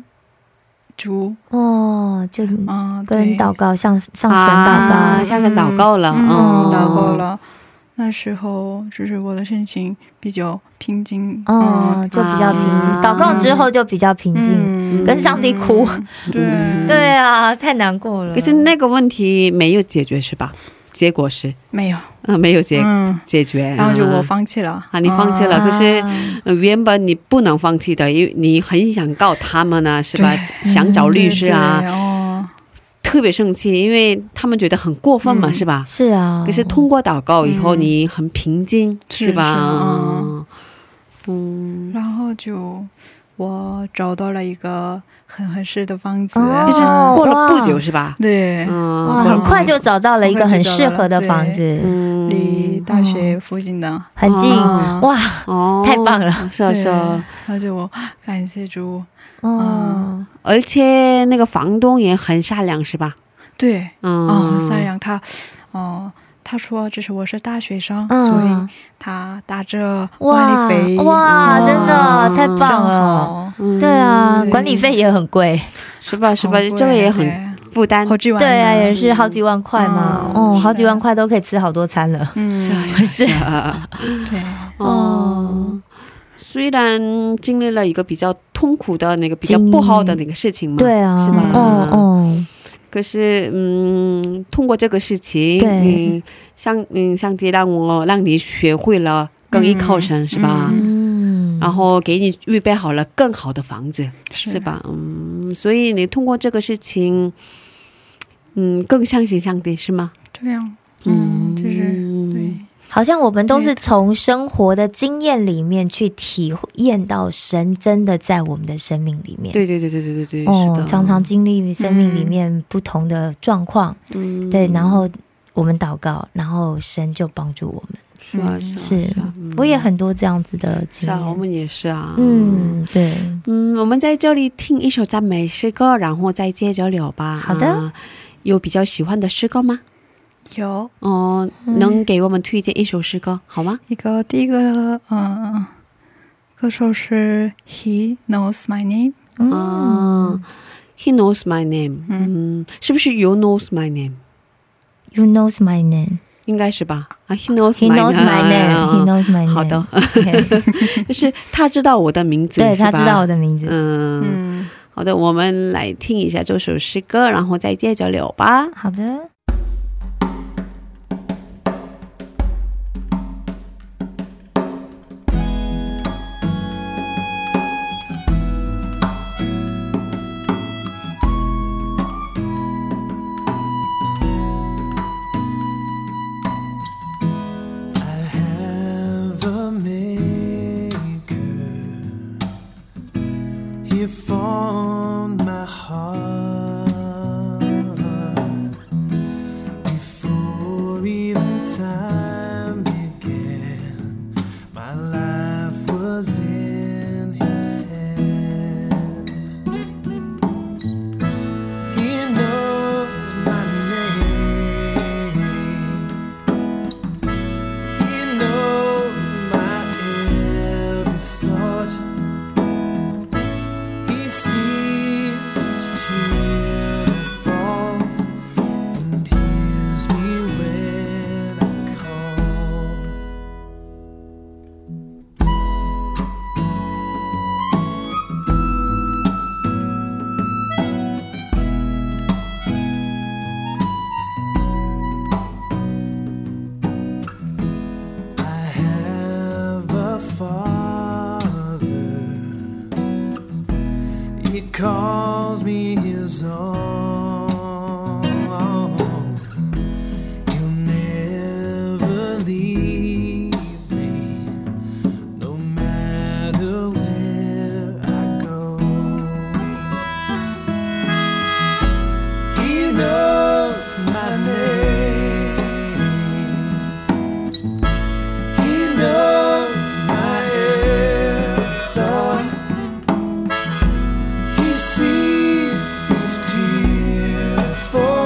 Speaker 7: 住，
Speaker 3: 哦，就
Speaker 7: 嗯，
Speaker 3: 跟
Speaker 7: 对，
Speaker 3: 祷告向上神祷
Speaker 2: 啊，
Speaker 3: 告，
Speaker 2: 向神祷告了，
Speaker 7: 嗯，
Speaker 2: 嗯，
Speaker 7: 祷告了。那时候就是我的心情比较平静，
Speaker 3: 哦，就比较平静
Speaker 2: 啊。
Speaker 3: 祷告之后就比较平
Speaker 7: 嗯
Speaker 3: 静，跟上帝哭。
Speaker 7: 对，
Speaker 3: 对啊，太难
Speaker 7: 嗯
Speaker 3: 过
Speaker 2: 嗯
Speaker 3: 了。
Speaker 2: 可是那个问题没有解决是吧？结果是，
Speaker 7: 没有，
Speaker 2: 嗯、没有解、
Speaker 7: 嗯，
Speaker 2: 解决。
Speaker 7: 然后就我
Speaker 2: 嗯
Speaker 7: 放弃了
Speaker 2: 啊，你放弃了，
Speaker 3: 啊
Speaker 2: 可是呃原本你不能放弃的，因为你很想告他们呢、是吧？想找律师啊，
Speaker 7: 对对哦，
Speaker 2: 特别生气，因为他们觉得很过分嘛，
Speaker 7: 嗯
Speaker 2: 是吧？
Speaker 3: 是啊，
Speaker 2: 可是通过祷告以后，
Speaker 7: 嗯
Speaker 2: 你很平静，
Speaker 7: 是
Speaker 2: 吧？
Speaker 7: 是
Speaker 2: 嗯
Speaker 7: 嗯
Speaker 2: 嗯，
Speaker 7: 然后就我找到了一个很合适的房子，嗯
Speaker 3: 哦
Speaker 2: 就是过了不久
Speaker 3: 哇
Speaker 2: 是吧？
Speaker 7: 对，
Speaker 2: 嗯，
Speaker 3: 哇，
Speaker 2: 过了
Speaker 3: 很快就找到了一个很适合的房子，
Speaker 2: 嗯，
Speaker 7: 离大学附近的，
Speaker 3: 很近，
Speaker 7: 哦
Speaker 3: 哇，
Speaker 2: 哦，
Speaker 3: 太棒了，
Speaker 2: 是啊是
Speaker 7: 对
Speaker 2: 啊，，
Speaker 7: 而且我感谢主，
Speaker 3: 嗯，
Speaker 2: 而且那个房东也很善良，是吧？
Speaker 7: 对，
Speaker 2: 嗯，
Speaker 7: 啊，三良他，哦、他说这是我是大学生，
Speaker 2: 嗯
Speaker 7: 所以他打着哦
Speaker 3: 哇
Speaker 7: 万里肥
Speaker 3: 哇，
Speaker 2: 嗯
Speaker 3: 真的太棒
Speaker 7: 正
Speaker 3: 了。
Speaker 7: 好，
Speaker 2: 嗯，
Speaker 3: 对啊，
Speaker 7: 嗯
Speaker 3: 管理费也很贵，
Speaker 2: 是吧？是吧？
Speaker 7: 好
Speaker 2: 这
Speaker 7: 贵啊
Speaker 2: 个也很负担
Speaker 7: 对，好几万，
Speaker 3: 对啊，也是好几万块嘛，
Speaker 7: 嗯
Speaker 3: 哦，
Speaker 7: 是
Speaker 3: 好几万块都可以吃好多餐了。
Speaker 7: 嗯，
Speaker 2: 是啊，是啊是啊，
Speaker 7: 对，
Speaker 2: 哦。虽然经历了一个比较痛苦的那个比较
Speaker 3: 经历
Speaker 2: 不好的那个事情嘛，
Speaker 3: 对啊，
Speaker 2: 是吧？
Speaker 3: 哦哦，
Speaker 2: 可是，嗯，通过这个事情，
Speaker 3: 对
Speaker 2: 嗯，上嗯，上帝让我让你学会了更依靠神，是吧？
Speaker 7: 嗯
Speaker 3: 嗯，
Speaker 2: 然后给你预备好了更好的房子，
Speaker 7: 是
Speaker 2: 是？吧？嗯，所以你通过这个事情，嗯，更相信上帝，是吗？
Speaker 7: 这样，嗯，就是对，
Speaker 3: 好像我们都是从生活的经验里面去体验到神真的在我们的生命里面。
Speaker 2: 对对对对对对对，是
Speaker 3: 哦
Speaker 2: 的，，
Speaker 3: 常常经历生命里面不同的状况，
Speaker 2: 嗯
Speaker 3: 对，然后我们祷告，然后神就帮助我们。
Speaker 2: 是啊
Speaker 7: 嗯
Speaker 2: 是
Speaker 3: 是
Speaker 2: 啊啊嗯
Speaker 3: 我也很多这样子的经
Speaker 2: 是啊，我
Speaker 3: 验。
Speaker 2: 们也是啊，嗯
Speaker 3: 嗯，对，
Speaker 2: 嗯，我们在这里听一首赞美诗歌，然后再接着聊吧。
Speaker 3: 好的
Speaker 2: 啊有比较喜欢的诗歌吗？
Speaker 7: 有
Speaker 2: 哦，
Speaker 3: 嗯
Speaker 2: 能给我们推荐一首诗歌好吗？
Speaker 7: 一个第一个，嗯，歌手是 He knows my name，
Speaker 2: 啊
Speaker 3: 嗯，
Speaker 2: 嗯，He knows my name，嗯，是不是 You knows my name？
Speaker 3: You knows my name.
Speaker 2: 应该是吧？啊，He knows
Speaker 3: He knows my name. He
Speaker 2: 啊
Speaker 3: knows my name.
Speaker 2: 好的
Speaker 3: OK，
Speaker 2: 就是他知道我的名字，
Speaker 3: 对
Speaker 2: 是吧
Speaker 3: 他知道我。的名字。
Speaker 2: 嗯，
Speaker 7: 嗯，
Speaker 2: 好的，我们来听一下这首诗歌，然后再接着聊吧。
Speaker 3: 好的，
Speaker 4: I have a maker. He formed my heart before even time began. My life was in his hand. He knows my name. He knows my every thought. He sees each tear that falls and hears me when I call. I have a father. He calls me his own. He'll never leave me, no matter where I go. He knows my name. He knows my every thought. He sees each tear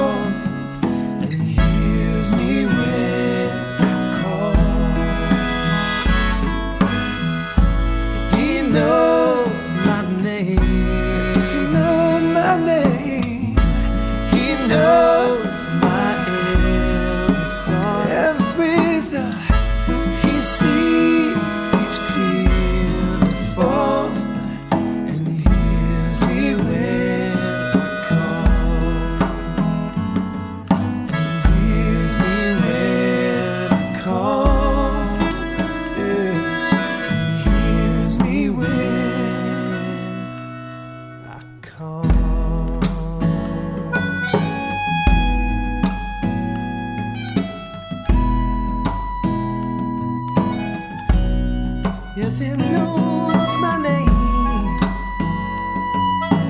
Speaker 8: Yes, it knows my name.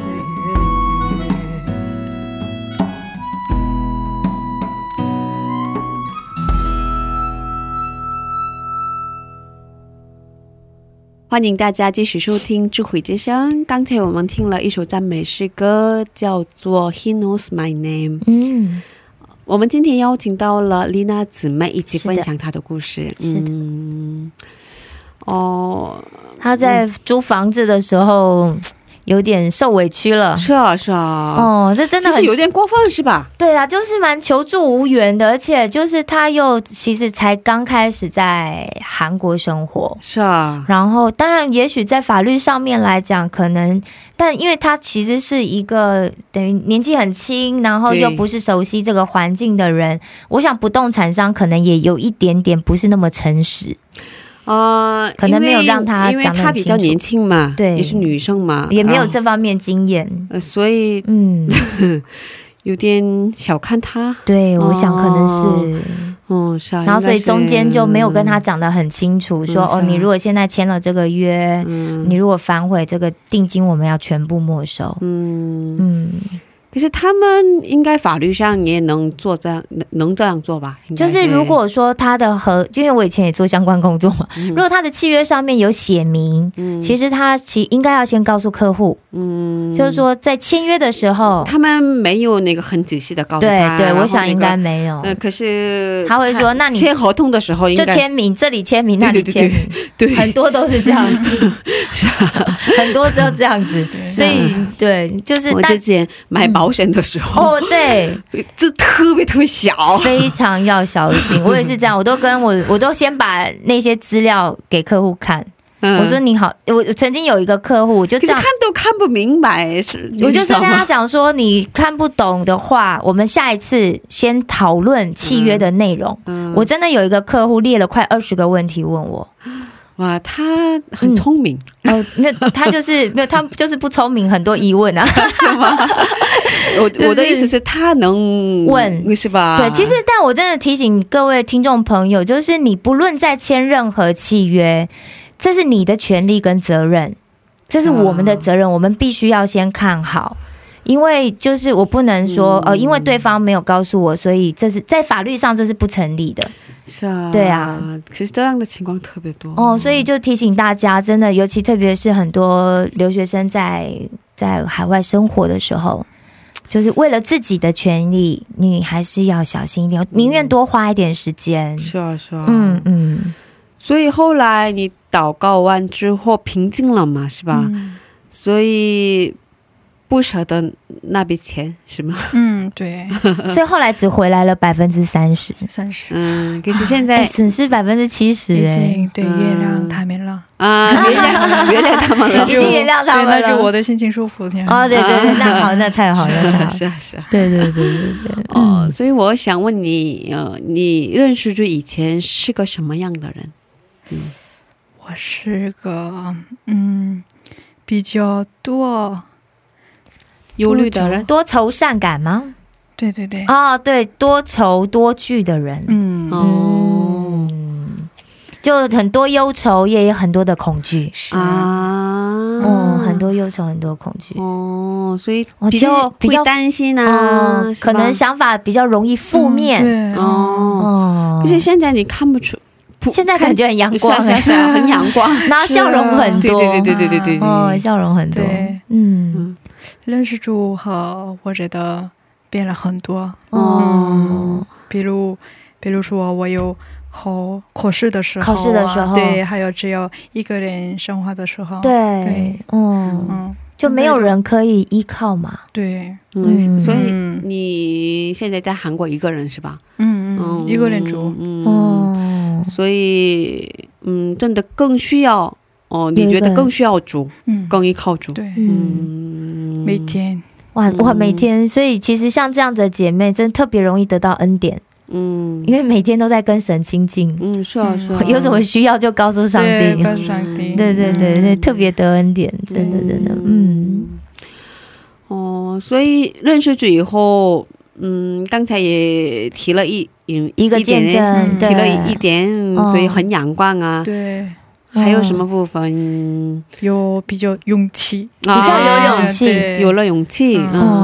Speaker 8: Yeah, yeah, yeah.
Speaker 2: 欢迎大家继续收听《智慧之声》。刚才我们听了一首赞美诗歌，叫做《He Knows My Name》。
Speaker 3: 嗯，
Speaker 2: 我们今天邀请到了丽娜姊妹一起
Speaker 3: 是的
Speaker 2: 分享她的故事。
Speaker 3: 是的
Speaker 2: 嗯，哦，
Speaker 3: 他在租房子的时候有点受委屈了。
Speaker 2: 是啊，是啊，
Speaker 3: 哦，这真的
Speaker 2: 其
Speaker 3: 很
Speaker 2: 实有点过分，是吧？
Speaker 3: 对啊，就是蛮求助无援的，而且就是他又其实才刚开始在韩国生活，
Speaker 2: 是啊，
Speaker 3: 然后当然也许在法律上面来讲，可能，但因为他其实是一个等于年纪很轻，然后
Speaker 2: 对
Speaker 3: 又不是熟悉这个环境的人，我想不动产商可能也有一点点不是那么诚实，
Speaker 2: 啊，
Speaker 3: 可能没
Speaker 2: 因
Speaker 3: 有
Speaker 2: 为
Speaker 3: 让她
Speaker 2: 因为
Speaker 3: 讲得
Speaker 2: 她
Speaker 3: 很
Speaker 2: 比
Speaker 3: 清
Speaker 2: 较
Speaker 3: 楚
Speaker 2: 年轻嘛，
Speaker 3: 对
Speaker 2: 也是女生嘛，
Speaker 3: 也没有
Speaker 2: 然后
Speaker 3: 这方面经验。
Speaker 2: 呃，所以
Speaker 3: 嗯，
Speaker 2: 有点小看她。
Speaker 3: 对，我想可能是，
Speaker 2: 嗯，是啊，
Speaker 3: 然后所以
Speaker 2: 应该是
Speaker 3: 中间就没有跟他，讲得很清楚，说
Speaker 2: 嗯
Speaker 3: 哦，
Speaker 2: 是啊
Speaker 3: 你如果现在签了这个约，
Speaker 2: 嗯
Speaker 3: 你如果反悔，这个定金我们要全部没收。
Speaker 2: 嗯。
Speaker 3: 嗯，
Speaker 2: 可是他们应该法律上也能做这样，能能这样做吧？应该
Speaker 3: 就是如果说他的合，因为我以前也做相关工作嘛，
Speaker 2: 嗯
Speaker 3: 如果他的契约上面有写明，其实他其应该要先告诉客户，
Speaker 2: 嗯，
Speaker 3: 就是说在签约的时候，
Speaker 2: 他们没有那个很仔细的告诉
Speaker 3: 对
Speaker 2: 他，
Speaker 3: 对，
Speaker 2: 然后
Speaker 3: 我想应该
Speaker 2: 那个，
Speaker 3: 没有，
Speaker 2: 呃，可是
Speaker 3: 他会说那你
Speaker 2: 签合同的时候应
Speaker 3: 就
Speaker 2: 该
Speaker 3: 签名，这里签名，那里
Speaker 2: 对对
Speaker 3: 签名，
Speaker 2: 对，
Speaker 3: 很多都是这样， 很多都这样子，所以对，就是
Speaker 2: 我
Speaker 3: 但
Speaker 2: 之前买保险的时候，
Speaker 3: 哦对。
Speaker 2: 这特别特别小，
Speaker 3: 非常要小心。我也是这样，我都跟我我都先把那些资料给客户看。
Speaker 2: 嗯
Speaker 3: 我说你好，我我曾经有一个客户就
Speaker 2: 可
Speaker 3: 这
Speaker 2: 是
Speaker 3: 样
Speaker 2: 看。都看不明白，是
Speaker 3: 我就是跟他
Speaker 2: 他
Speaker 3: 讲说，你看不懂的话，我们下一次先讨论契约的内容。
Speaker 2: 嗯
Speaker 3: 我真的有一个客户列了快二十个问题问我，
Speaker 2: 哇，他很聪明，
Speaker 3: 哦，那他就是没有，他就是不聪明，很多疑问啊。
Speaker 2: 我我的意思是，他能
Speaker 3: 问
Speaker 2: 是吧？
Speaker 3: 对，其实但我真的提醒各位听众朋友，就是你不论在签任何契约，这是你的权利跟责任，这是我们的责任，我们必须要先看好。因为就是我不能说、呃，因为对方没有告诉我，所以这是在法律上这是不成立的
Speaker 2: 是啊，
Speaker 3: 对啊，
Speaker 2: 其实这样的情况特别多
Speaker 3: 哦。所以就提醒大家，真的，尤其特别是很多留学生在在海外生活的时候，就是为了自己的权利，你还是要小心一点，宁愿多花一点时间。
Speaker 2: 是啊，是啊，
Speaker 3: 嗯，嗯，
Speaker 2: 所以后来你祷告完之后平静了嘛，是
Speaker 3: 嗯
Speaker 2: 吧？
Speaker 7: 嗯
Speaker 2: 所以不舍得那笔钱是吗？
Speaker 7: 嗯，对，
Speaker 3: 所以后来只回来了百分之三十，
Speaker 7: 算是
Speaker 2: 嗯，可是现在
Speaker 3: 哎，损失百分之七十，
Speaker 7: 已
Speaker 3: 哎，
Speaker 7: 经对月亮他们了，
Speaker 2: 啊，原 谅原谅他们
Speaker 3: 已
Speaker 2: 了，
Speaker 3: 经原谅他
Speaker 7: 对，
Speaker 3: 们
Speaker 7: 那就我
Speaker 3: 了。
Speaker 7: 的心情舒服
Speaker 2: 嗯
Speaker 7: 点。
Speaker 3: 哦，对对对，那好，那太好了，那 太好
Speaker 2: 是啊是啊。
Speaker 3: 对对对对对，
Speaker 2: 哦，
Speaker 3: 嗯，
Speaker 2: 所以我想问你，呃，你认识就以前是个什么样的人？
Speaker 7: 我是个嗯比较多，
Speaker 2: 忧虑的人，
Speaker 3: 多愁善感吗？
Speaker 7: 对对对，
Speaker 3: 哦，对，多愁多惧的人，
Speaker 2: 음.
Speaker 7: 嗯，
Speaker 3: 어.
Speaker 2: 哦
Speaker 3: 嗯，就很多忧愁，也有很多的恐惧，
Speaker 7: 是
Speaker 2: 啊，
Speaker 3: 嗯，很多忧愁，很多恐惧，
Speaker 2: 哦，所以
Speaker 3: 哦
Speaker 2: 比
Speaker 3: 其实
Speaker 2: 较
Speaker 3: 比
Speaker 2: 会
Speaker 3: 较
Speaker 2: 担心啊，
Speaker 3: 哦，
Speaker 2: 是吧
Speaker 3: 可能想法比较容易负面，
Speaker 7: 嗯
Speaker 2: 어.
Speaker 7: 对，
Speaker 2: 哦，
Speaker 3: 哦
Speaker 2: 可，是现在你看不出，不
Speaker 3: 现在感觉很阳光，
Speaker 2: 是啊是啊是啊很阳光，
Speaker 3: 然后笑容很
Speaker 2: 对
Speaker 3: 多，
Speaker 2: 对对对对对对
Speaker 3: 哦，
Speaker 2: 对，
Speaker 3: 笑容很多，
Speaker 7: 对，
Speaker 3: 嗯，
Speaker 7: 认识之后我觉得变了很多，
Speaker 2: 嗯哦，
Speaker 7: 比如，比如说我有考考试的时候啊、
Speaker 3: 考试的时候
Speaker 7: 对，还有只有一个人生活的时候，，
Speaker 3: 对
Speaker 7: 对，
Speaker 3: 嗯，
Speaker 7: 嗯，
Speaker 3: 就没有人可以依靠嘛，
Speaker 7: 对，
Speaker 2: 嗯，所以
Speaker 7: 嗯
Speaker 2: 你现在在韩国一个人是吧？
Speaker 7: 嗯
Speaker 2: 어.
Speaker 7: 嗯，一个人住，
Speaker 2: 嗯，
Speaker 3: 어.
Speaker 2: 嗯
Speaker 3: 哦，
Speaker 2: 所以嗯，真的更需要哦，你
Speaker 3: 有一
Speaker 2: 觉
Speaker 3: 个
Speaker 2: 得更需要主，
Speaker 7: 嗯，
Speaker 2: 更依靠主，
Speaker 7: 对，
Speaker 3: 嗯，
Speaker 2: 嗯，
Speaker 7: 每天，
Speaker 3: 哇哇，
Speaker 2: 嗯
Speaker 3: 每天，所以其实像这样的姐妹，真的特别容易得到恩典，
Speaker 2: 嗯
Speaker 3: 因为每天都在跟神亲近，
Speaker 2: 嗯，是啊 是啊，
Speaker 3: 有什么需要就告诉上
Speaker 7: 对，
Speaker 3: 帝，
Speaker 7: 跟上帝，嗯
Speaker 3: 对对对
Speaker 2: 嗯
Speaker 3: 对，特别得恩典，真的真的，嗯。
Speaker 2: 哦，所以认识主以后，嗯，刚才也提了一一
Speaker 3: 一个
Speaker 2: 点
Speaker 3: 见
Speaker 2: 点
Speaker 3: 证，
Speaker 7: 嗯
Speaker 3: 对
Speaker 2: 提了一点，
Speaker 3: 哦
Speaker 2: 所以很阳光啊。
Speaker 7: 对，
Speaker 2: 还有什么部分？嗯
Speaker 7: 有比较勇气，
Speaker 2: 比较
Speaker 3: 有勇气
Speaker 7: 对
Speaker 2: 啊有了勇气，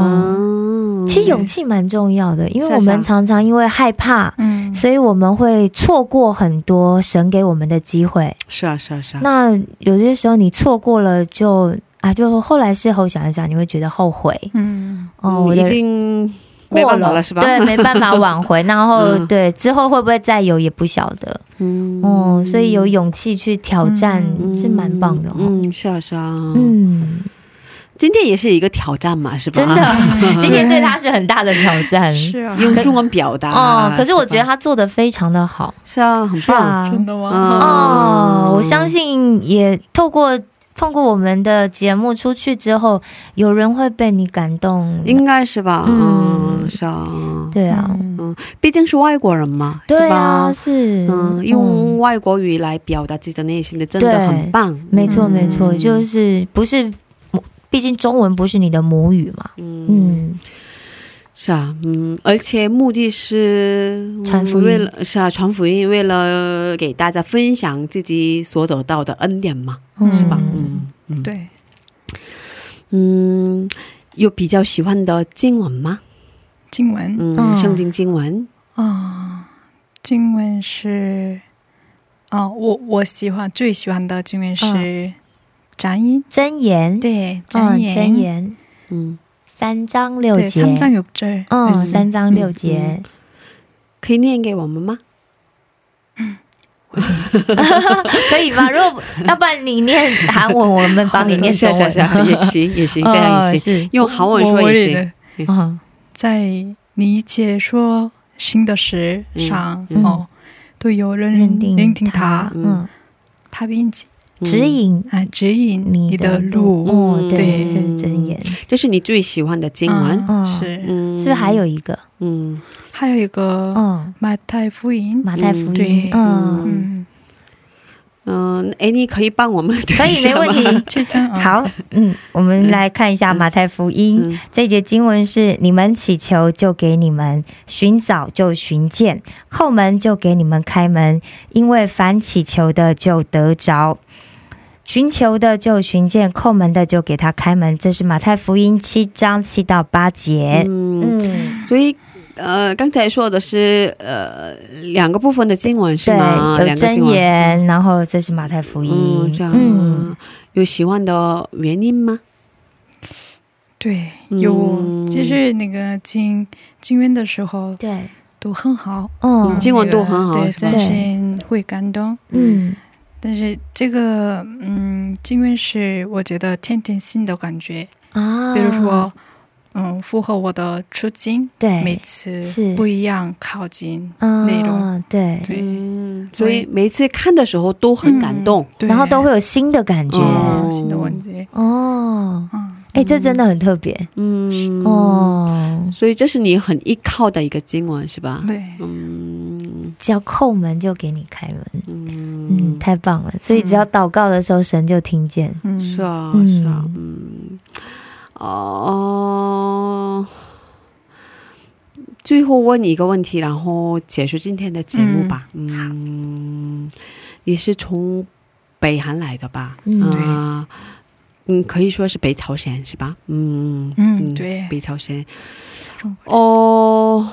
Speaker 3: 嗯
Speaker 2: 嗯，
Speaker 3: 其实勇气蛮重要的，因为
Speaker 2: 是啊
Speaker 3: 我
Speaker 2: 是啊
Speaker 3: 们常常因为害怕，
Speaker 7: 嗯
Speaker 3: 所以我们会错过很多神给我们的机会。
Speaker 2: 是啊是啊是啊，
Speaker 3: 那有些时候你错过了就，啊，就后来事后想一想，你会觉得后悔。
Speaker 7: 嗯，
Speaker 3: 哦，
Speaker 2: 嗯
Speaker 3: 我
Speaker 2: 已
Speaker 3: 的
Speaker 2: 经
Speaker 3: 过
Speaker 2: 没办法了是吧
Speaker 3: 对，没办法挽回。然后、
Speaker 2: 嗯
Speaker 3: 对之后会不会再有也不晓得。
Speaker 2: 嗯
Speaker 3: 哦、所以有勇气去挑战、
Speaker 2: 嗯
Speaker 3: 是蛮棒的、哦。嗯
Speaker 2: 嗯，是啊是啊，嗯，今天也是一个挑战嘛，是吧？
Speaker 3: 真的， 今天对他是很大的挑 战。
Speaker 7: 是啊，
Speaker 2: 用中文表达
Speaker 3: 哦，可是我觉得
Speaker 2: 吧
Speaker 3: 他做的非常的好，
Speaker 2: 啊是啊，很
Speaker 3: 是
Speaker 2: 棒，
Speaker 3: 啊，
Speaker 7: 真的吗？
Speaker 2: 嗯
Speaker 3: 哦，我相信也透过通过我们的节目出去之后，有人会被你感动。
Speaker 2: 应该是吧？
Speaker 3: 嗯
Speaker 2: 嗯，是啊，
Speaker 3: 对啊，
Speaker 7: 嗯
Speaker 2: 毕竟是外国人嘛，
Speaker 3: 对
Speaker 2: 是吧
Speaker 3: 啊，？是
Speaker 2: 嗯，用外国语来表达自己的内心的，真的
Speaker 3: 对
Speaker 2: 很棒。
Speaker 3: 没错
Speaker 2: 嗯
Speaker 3: 没错，就是不是，毕竟中文不是你的母语嘛。
Speaker 2: 嗯，
Speaker 3: 嗯，
Speaker 2: 是啊，嗯，而且目的是嗯
Speaker 3: 传福音
Speaker 2: 为了是啊，传福音，为了给大家分享自己所得到的恩典嘛，
Speaker 3: 嗯
Speaker 2: 是吧？嗯嗯，
Speaker 7: 对，
Speaker 2: 嗯，有比较喜欢的经文吗？
Speaker 7: 经文
Speaker 2: 嗯，
Speaker 3: 嗯
Speaker 2: 圣经经文，
Speaker 7: 啊，经文是啊，我我喜欢最喜欢的经文是展音，
Speaker 3: 真言，
Speaker 7: 对，
Speaker 3: 嗯，
Speaker 7: 展言，
Speaker 3: 真言
Speaker 2: 嗯，
Speaker 3: 三章六
Speaker 7: 对，
Speaker 3: 节，
Speaker 7: 三章有节，
Speaker 2: 哎
Speaker 3: 嗯，
Speaker 7: 嗯
Speaker 3: 三章六
Speaker 2: 嗯
Speaker 3: 节，
Speaker 2: 可以念给我们吗？
Speaker 3: 可以吧？如果 要不然你念韩文，我们帮你念
Speaker 2: 是啊
Speaker 3: 中
Speaker 2: 是啊
Speaker 3: 文，哦
Speaker 2: 是啊，也行也行，这样 也行，
Speaker 3: 行。
Speaker 2: 用韩文说
Speaker 7: 我
Speaker 2: 也
Speaker 7: 也
Speaker 2: 行。
Speaker 7: 的
Speaker 3: 是嗯
Speaker 7: 在理解说新的事上、
Speaker 2: 嗯嗯
Speaker 7: 哦，都有人
Speaker 3: 认定
Speaker 7: 聆听他
Speaker 3: 他，嗯，
Speaker 7: 他并
Speaker 2: 嗯
Speaker 3: 指引
Speaker 7: 啊指引
Speaker 3: 你
Speaker 7: 你的
Speaker 3: 的
Speaker 7: 路。
Speaker 3: 哦，对，
Speaker 2: 对嗯
Speaker 3: 这是真言。
Speaker 2: 这是你最喜欢的经文。
Speaker 7: 嗯
Speaker 3: 嗯
Speaker 7: 是，
Speaker 2: 嗯，
Speaker 3: 是不是还有一个？
Speaker 2: 嗯
Speaker 7: 还有一个
Speaker 3: 嗯，
Speaker 7: 马太福音，
Speaker 3: 马太福
Speaker 7: 嗯
Speaker 3: 音
Speaker 7: 对，
Speaker 3: 嗯，
Speaker 7: 嗯，
Speaker 2: 嗯，哎，你可以帮我们
Speaker 3: 可以，没问题。
Speaker 7: 这张啊，
Speaker 3: 好，嗯，我们来看一下马太福音、
Speaker 2: 嗯
Speaker 3: 这一节经文是：你们祈求，就给你们；寻找，就寻见；叩门，就给你们开门。因为凡祈求的，就得着；寻求的，就寻见；叩门的，就给他开门。这是马太福音七章七到八节。
Speaker 2: 嗯，
Speaker 3: 嗯，
Speaker 2: 所以呃，刚才说的是呃两个部分的经文是
Speaker 3: 对
Speaker 2: 吗？，
Speaker 3: 有
Speaker 2: 两个经
Speaker 3: 真
Speaker 2: 文。
Speaker 3: 言，然后这是马太福
Speaker 2: 嗯，
Speaker 3: 音
Speaker 2: 这。样、有喜欢的原因吗？
Speaker 7: 对，
Speaker 2: 嗯
Speaker 7: 有，就是那个经经文的时候
Speaker 3: 对，
Speaker 7: 都很好，
Speaker 3: 嗯
Speaker 7: 嗯
Speaker 2: 经文都很好
Speaker 7: 那个对，
Speaker 2: 是吧
Speaker 7: 真心会感动。
Speaker 3: 嗯
Speaker 7: 但是这个，嗯，经文是我觉得天天新的感觉，
Speaker 3: 啊，
Speaker 7: 比如说，嗯，符合我的处境，
Speaker 3: 对，
Speaker 7: 每次
Speaker 3: 是
Speaker 7: 不一样靠近，
Speaker 3: 啊
Speaker 7: 内容
Speaker 3: 对，
Speaker 7: 对，
Speaker 2: 嗯，所
Speaker 7: 所以
Speaker 2: 以每次看的时候都很感动。
Speaker 7: 对
Speaker 3: 然后都会有新的感觉。
Speaker 2: 哦
Speaker 7: 嗯新的文字，
Speaker 3: 哦，
Speaker 7: 嗯，
Speaker 3: 哎、这真的很特别、
Speaker 2: 嗯，
Speaker 3: 哦。
Speaker 2: 所以这是你很依靠的一个经文是吧？
Speaker 7: 对，
Speaker 2: 嗯
Speaker 3: 只要叩门就给你开门，嗯，
Speaker 2: 嗯，
Speaker 3: 太棒了。所以只要祷告的时候，神就听见。
Speaker 7: 嗯，
Speaker 2: 是啊
Speaker 3: 嗯
Speaker 2: 是啊，嗯，哦、最后问你一个问题，然后结束今天的节目吧。嗯，你是从北韩来的吧？
Speaker 3: 嗯
Speaker 2: 啊嗯，可以说是北朝鲜是吧？嗯
Speaker 7: 嗯对
Speaker 2: 北朝鲜
Speaker 7: 中。
Speaker 2: 哦，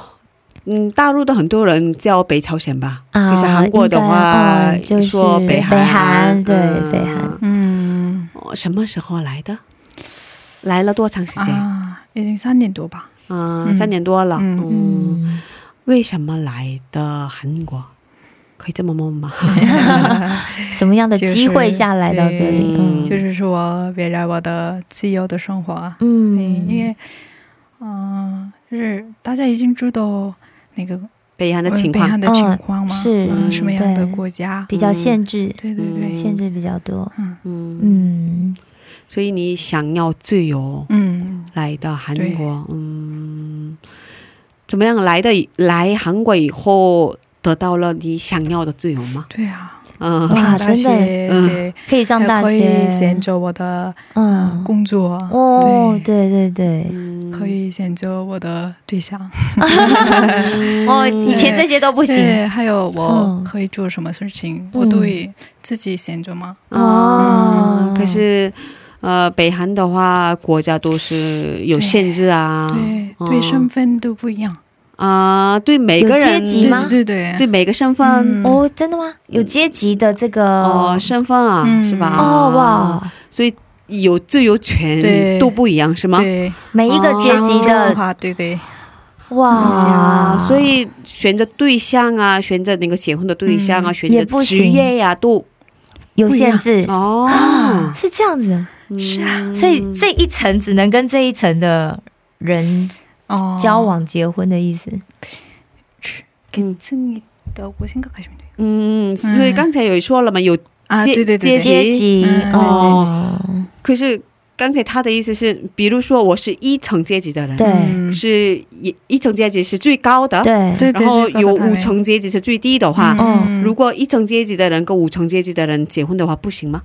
Speaker 2: 嗯，大陆的很多人叫北朝鲜吧？
Speaker 3: 啊
Speaker 2: 可是韩国的话，
Speaker 3: 应该哦就是
Speaker 2: 说韩，
Speaker 3: 北韩对
Speaker 2: 嗯
Speaker 3: 北韩
Speaker 7: 嗯
Speaker 2: 哦什么时候来的？来了多长时间？
Speaker 7: 啊，已经三年多吧，
Speaker 2: 嗯、
Speaker 7: 嗯
Speaker 2: 三年多了。
Speaker 7: 嗯
Speaker 2: 嗯，
Speaker 3: 嗯，
Speaker 2: 为什么来的韩国？可以这么问吗？
Speaker 3: 什么样的
Speaker 7: 就是
Speaker 3: 机会下来到这
Speaker 2: 对
Speaker 3: 里？嗯
Speaker 7: 就是说围绕我的自由的生活啊，嗯，
Speaker 3: 嗯，
Speaker 7: 因为，嗯，就是大家已经知道那个
Speaker 2: 北韩的
Speaker 7: 呃
Speaker 2: 情
Speaker 7: 北
Speaker 2: 况
Speaker 7: 韩，的情况嘛，
Speaker 3: 哦是
Speaker 7: 嗯什么样的
Speaker 3: 对
Speaker 7: 国家，
Speaker 3: 比较限制，
Speaker 7: 对对对，
Speaker 3: 限制比较多。
Speaker 2: 嗯，
Speaker 3: 嗯，
Speaker 2: 所以你想要自由
Speaker 7: 嗯，
Speaker 2: 来到韩国，嗯，怎么样？来的来韩国以后得到了你想要的自由吗？
Speaker 7: 对啊，
Speaker 2: 嗯
Speaker 7: 我上
Speaker 3: 哇
Speaker 7: 大
Speaker 3: 真的
Speaker 7: 学，
Speaker 2: 嗯
Speaker 7: 对，
Speaker 3: 可以上
Speaker 7: 还
Speaker 3: 大
Speaker 7: 可以
Speaker 3: 学
Speaker 7: 选，择我的
Speaker 3: 嗯，
Speaker 7: 工作，
Speaker 3: 哦，对对对，
Speaker 2: 嗯
Speaker 7: 对，可以选择我的对象，
Speaker 3: 哦，以前这些都不行
Speaker 7: 对，还有我
Speaker 3: 嗯
Speaker 7: 可以做什么事情，
Speaker 3: 嗯
Speaker 7: 我都会自己选择嘛。
Speaker 2: 哦
Speaker 3: 哦。
Speaker 2: 可是，呃，北韩的话，国家都是有限制啊，
Speaker 7: 对
Speaker 2: 哦
Speaker 7: 对，身份都不一样。
Speaker 2: 啊，对每
Speaker 3: 有
Speaker 2: 个
Speaker 3: 阶
Speaker 2: 人
Speaker 3: 级
Speaker 7: 对
Speaker 3: 吗
Speaker 7: 对对
Speaker 2: 对
Speaker 7: 对，
Speaker 2: 每个身份
Speaker 7: 嗯
Speaker 3: 哦，真的吗？有阶级的这个
Speaker 2: 哦，身份啊，
Speaker 7: 嗯
Speaker 2: 是吧？
Speaker 3: 哦哇，
Speaker 2: 所以有自由权
Speaker 7: 对
Speaker 2: 都不一样，是吗？
Speaker 7: 对，
Speaker 3: 每一个阶级
Speaker 7: 的
Speaker 3: 的
Speaker 7: 话，对对，
Speaker 2: 啊
Speaker 3: 哇，，
Speaker 2: 所以选择对象啊，选择那个结婚的对象啊，
Speaker 7: 嗯
Speaker 2: 选择
Speaker 3: 也不
Speaker 2: 职
Speaker 3: 行
Speaker 2: 业呀、都
Speaker 3: 有限制
Speaker 2: 哦，
Speaker 3: 啊，是这样子，
Speaker 2: 是啊
Speaker 3: 所以这一层只能跟这一层的人
Speaker 7: 哦，
Speaker 3: 交往、结婚的意思。
Speaker 2: 嗯
Speaker 7: 괜찮다고 생각하시면 돼요.
Speaker 2: 嗯，所以刚才有说了嘛，有，
Speaker 7: 아,
Speaker 2: 제-
Speaker 7: 네, 네, 네,
Speaker 2: 阶
Speaker 7: 네.
Speaker 3: 阶级
Speaker 7: 嗯
Speaker 3: 哦，
Speaker 2: 可是刚才他的意思是，比如说我是一层阶级的人，
Speaker 3: 对
Speaker 7: 음, 네,
Speaker 2: 是一一层阶级是最高的，
Speaker 3: 对
Speaker 7: 嗯对
Speaker 2: 然后有五层阶级是最低的
Speaker 7: 음.
Speaker 2: 话。
Speaker 3: 嗯
Speaker 2: 如果一层阶级的人跟五层阶级的人结婚的话，不行吗？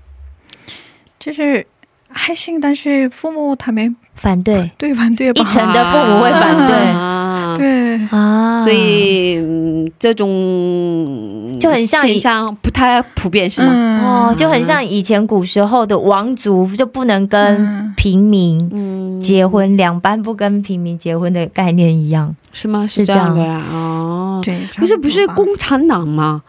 Speaker 7: 就是还行，但是父母他们
Speaker 3: 反对
Speaker 7: 对反对吧
Speaker 3: 一？层的父母会反对
Speaker 2: 啊
Speaker 7: 对，
Speaker 3: 啊，
Speaker 2: 所以、嗯、这种
Speaker 3: 就很像以
Speaker 2: 现象不太普遍，是吗？
Speaker 7: 嗯
Speaker 3: 哦，就很像以前古时候的王族就不能跟
Speaker 7: 嗯
Speaker 3: 平民
Speaker 2: 嗯，
Speaker 3: 结婚，两班不跟平民结婚的概念一样。
Speaker 2: 是吗？是
Speaker 3: 是
Speaker 2: 这
Speaker 3: 这
Speaker 2: 样
Speaker 3: 样
Speaker 2: 的呀、哦，
Speaker 7: 对，
Speaker 2: 可是不是
Speaker 7: 差多吧
Speaker 2: 共产党吗？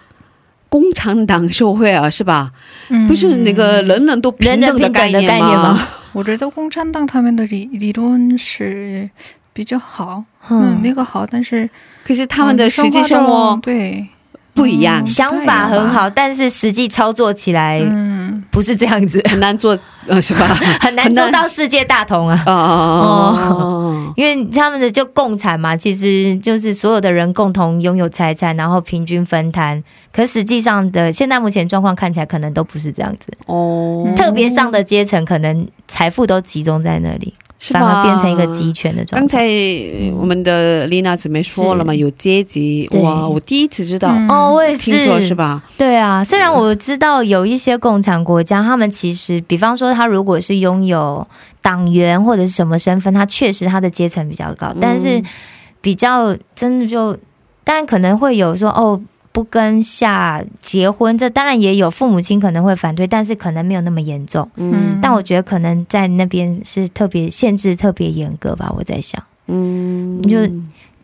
Speaker 2: 共产党社会啊，是吧？
Speaker 7: 嗯
Speaker 2: 不是那个人人都平
Speaker 3: 人人
Speaker 2: 等的
Speaker 3: 平
Speaker 2: 概
Speaker 3: 等的概念
Speaker 2: 吗？
Speaker 3: 吗？
Speaker 7: 我觉得共产党他们的理理论是比较好，嗯，
Speaker 3: 嗯，
Speaker 7: 那个好，但是
Speaker 2: 可是他们
Speaker 3: 哦
Speaker 2: 的
Speaker 7: 嗯
Speaker 2: 实际生活
Speaker 7: 中对
Speaker 2: 不一样，
Speaker 3: 想法很好，但是实际操作起来
Speaker 7: 嗯，
Speaker 3: 不是这样子，
Speaker 2: 很难做，呃，是吧？
Speaker 3: 很难做到世界大同 啊。
Speaker 2: 哦哦
Speaker 3: 因为他们的就共产嘛，其实就是所有的人共同拥有财产，然后平均分摊。可实际上的现在目前状况看起来，可能都不是这样子。
Speaker 2: 哦哦，
Speaker 3: 特别上的阶层，可能财富都集中在那里，
Speaker 2: 是吧
Speaker 3: 反而变成一个集权的状
Speaker 2: 刚
Speaker 3: 态。
Speaker 2: 才我们的丽娜姊妹说了嘛，
Speaker 3: 是
Speaker 2: 有阶级
Speaker 3: 对
Speaker 2: 哇！我第一次知道，
Speaker 7: 嗯
Speaker 3: 哦，我也是，
Speaker 2: 听说是？吧？
Speaker 3: 对啊，虽然我知道有一些共产国家，他们其实，比方说他如果是拥有党员或者是什么身份，他确实他的阶层比较高，
Speaker 7: 嗯
Speaker 3: 但是比较真的就，当然可能会有说哦。不跟下结婚，这当然也有父母亲可能会反对，但是可能没有那么严重。
Speaker 7: 嗯
Speaker 3: 但我觉得可能在那边是特别限制特别严格吧，我在想。
Speaker 2: 嗯
Speaker 3: 就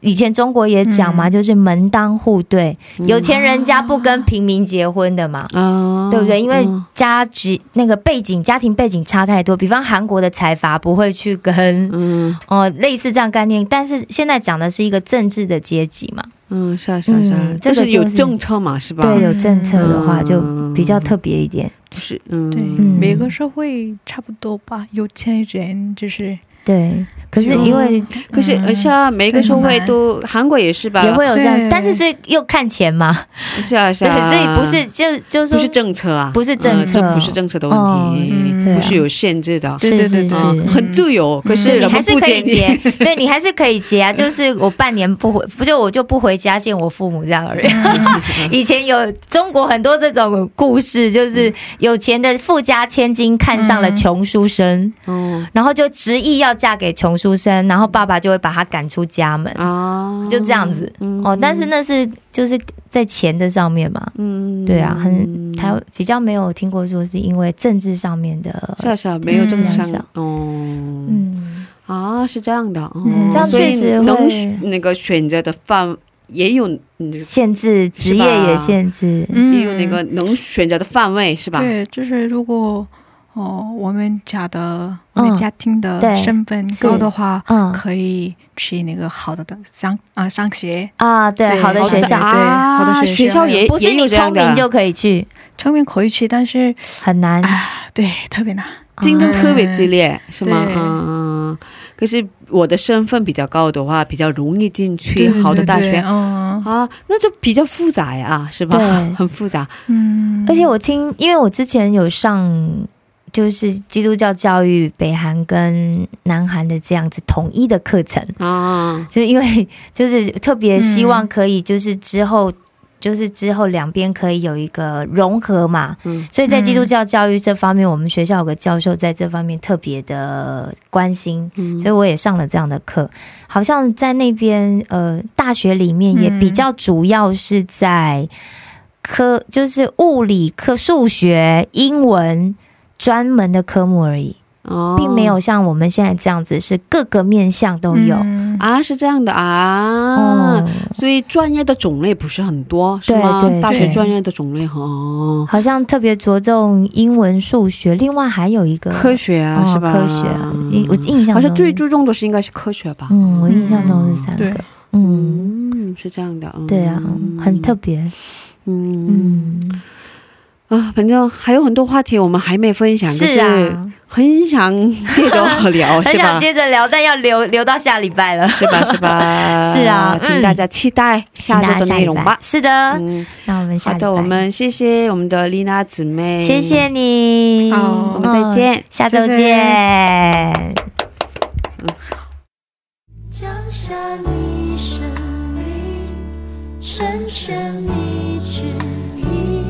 Speaker 3: 以前中国也讲嘛，
Speaker 7: 嗯
Speaker 3: 就是门当户对，有钱人家不跟平民结婚的嘛，
Speaker 2: 啊
Speaker 3: 对不对？因为
Speaker 2: 嗯
Speaker 3: 家局那个背景、家庭背景差太多。比方韩国的财阀不会去跟
Speaker 2: 嗯
Speaker 3: 哦、类似这样概念，但是现在讲的是一个政治的阶级嘛，
Speaker 2: 嗯，是啊是啊是啊
Speaker 3: 嗯，
Speaker 2: 就
Speaker 3: 这个
Speaker 2: 是有
Speaker 3: 就是
Speaker 2: 政策嘛，是吧？
Speaker 3: 对，有政策的话
Speaker 2: 嗯
Speaker 3: 就比较特别一点。
Speaker 2: 不是
Speaker 7: 对
Speaker 2: 嗯
Speaker 7: 每个社会差不多吧，有钱人就是
Speaker 3: 对，可是因为
Speaker 2: 可是
Speaker 7: 嗯
Speaker 2: 而且啊每个社会都韩国也是吧？
Speaker 3: 也会有这样
Speaker 7: 对，
Speaker 3: 但是是又看钱嘛，
Speaker 2: 是啊是
Speaker 3: 对，
Speaker 2: 啊，
Speaker 3: 所以不是就就是
Speaker 2: 不
Speaker 3: 说
Speaker 2: 是政策啊，
Speaker 3: 不是政
Speaker 2: 嗯
Speaker 3: 策
Speaker 2: 这不是政策的问题，
Speaker 7: 哦
Speaker 3: 对啊
Speaker 2: 不是有限制的。
Speaker 7: 对对对
Speaker 3: 是
Speaker 7: 对
Speaker 2: 啊
Speaker 3: 是，
Speaker 2: 很自由，可是
Speaker 3: 是嗯你
Speaker 2: 人们
Speaker 3: 还是
Speaker 2: 不
Speaker 3: 可以
Speaker 2: 建议
Speaker 3: 结，对你还是可以结啊。就是我半年不回，不就我就不回家见我父母这样而已。 以前有中国很多这种故事，就是有钱的富家千金看上了穷书生，
Speaker 2: 哦
Speaker 3: 然后就执意要嫁给穷书生，然后爸爸就会把他赶出家门，
Speaker 2: 啊，
Speaker 3: 就这样子。哦，但是那是就是在钱的上面嘛，
Speaker 2: 嗯
Speaker 3: 对啊，很台湾比较没有听过说是因为政治上面的，
Speaker 2: 是啊是啊，没有这么
Speaker 3: 嗯
Speaker 2: 上
Speaker 3: 是啊
Speaker 2: 哦，
Speaker 3: 嗯。
Speaker 2: 啊，是这样的，
Speaker 7: 嗯
Speaker 2: 哦
Speaker 7: 这样
Speaker 2: 所以
Speaker 3: 确实会
Speaker 2: 能选那个选择的范也有嗯这个
Speaker 3: 限制职业也限制，
Speaker 7: 嗯
Speaker 2: 也有那个能选择的范围是吧？
Speaker 7: 对，就是如果哦我们家的我
Speaker 3: 嗯
Speaker 7: 们家庭的
Speaker 3: 对
Speaker 7: 身份
Speaker 3: 是
Speaker 7: 高的话，
Speaker 3: 嗯
Speaker 7: 可以去那个好的的上啊上学，
Speaker 3: 啊，对，好的
Speaker 2: 好
Speaker 3: 学
Speaker 2: 的
Speaker 3: 校
Speaker 7: 啊
Speaker 2: 啊
Speaker 7: 对好的
Speaker 2: 学
Speaker 7: 学校
Speaker 2: 校也
Speaker 3: 不是
Speaker 2: 也有
Speaker 3: 你
Speaker 2: 这样
Speaker 3: 聪
Speaker 2: 的
Speaker 3: 明就可嗯以去，
Speaker 7: 成名可以去，但是
Speaker 3: 很难，
Speaker 7: 对特别难。
Speaker 2: 竞争
Speaker 3: 啊
Speaker 2: 特别激烈，是吗？
Speaker 7: 对
Speaker 2: 嗯，可是我的身份比较高的话，比较容易进去
Speaker 7: 对对
Speaker 2: 好的
Speaker 7: 对
Speaker 2: 大
Speaker 7: 对
Speaker 2: 学
Speaker 7: 嗯
Speaker 2: 啊，那就比较复杂呀，是吧
Speaker 3: 对？
Speaker 2: 很复杂，
Speaker 7: 嗯，
Speaker 3: 而且我听，因为我之前有上就是基督教教育北韩跟南韩的这样子统一的课程，
Speaker 2: 啊，嗯
Speaker 3: 就是因为就是特别希望可以就是之后。就是之后两边可以有一个融合嘛。
Speaker 2: 嗯
Speaker 3: 所以在基督教教育这方面，我们学校有个教授在这方面特别的关心，
Speaker 2: 嗯
Speaker 3: 所以我也上了这样的课。好像在那边呃大学里面也比较主要是在科，就是物理科、数学、英文专门的科目而已，
Speaker 2: 哦，
Speaker 3: 并没有像我们现在这样子是各个面向都有。
Speaker 5: 嗯
Speaker 2: 啊，是这样的啊。
Speaker 3: 哦，
Speaker 2: 所以专业的种类不是很多，是
Speaker 3: 对
Speaker 2: 吗？
Speaker 3: 对
Speaker 2: 大学
Speaker 3: 对
Speaker 2: 专业的种类哦，
Speaker 3: 好像特别着重英文、数学，另外还有一个
Speaker 2: 科学啊，
Speaker 3: 哦
Speaker 2: 是吧？嗯
Speaker 3: 科学啊，印我印象
Speaker 2: 好
Speaker 3: 中
Speaker 2: 像最注重的是应该是科学吧？
Speaker 3: 嗯，我印象中是三
Speaker 7: 对
Speaker 3: 个，嗯，
Speaker 2: 嗯，是这样的，嗯、
Speaker 3: 对啊，很特别，
Speaker 2: 嗯，
Speaker 3: 嗯，
Speaker 2: 啊，反正还有很多话题我们还没分享，
Speaker 3: 是
Speaker 2: 可
Speaker 3: 啊，
Speaker 2: 很想接着聊，
Speaker 3: 很
Speaker 2: 哦是
Speaker 3: 想
Speaker 2: 吧？
Speaker 3: 接着聊，但要留留到下礼拜 了。
Speaker 2: 是吧？是吧？ 呃
Speaker 3: 是啊
Speaker 2: 请大家期待下
Speaker 3: 请大家
Speaker 2: 周的内容吧。
Speaker 3: 是的，
Speaker 2: 嗯，
Speaker 3: 那我们下
Speaker 2: 好
Speaker 3: 礼
Speaker 2: 的，
Speaker 3: 拜
Speaker 2: 我们谢谢我们的丽娜姊妹，
Speaker 3: 谢谢你，
Speaker 7: 好
Speaker 2: 我们再见
Speaker 3: 嗯下周
Speaker 7: 谢谢
Speaker 3: 见。
Speaker 1: 脚下你生命，成全你旨意，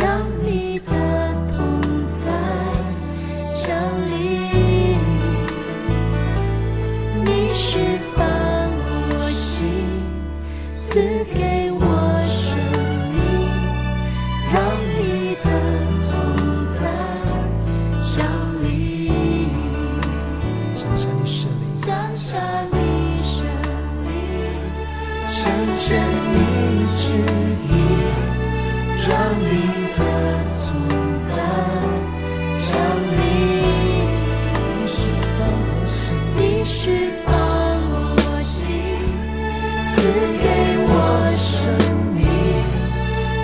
Speaker 1: 让你的同在降临。你释放我心，赐给我生命，让你的同在降临。
Speaker 8: 降下你圣灵，
Speaker 1: 降下你神灵，成全你旨意，让你的同在降临。你释放我心，赐给我生命，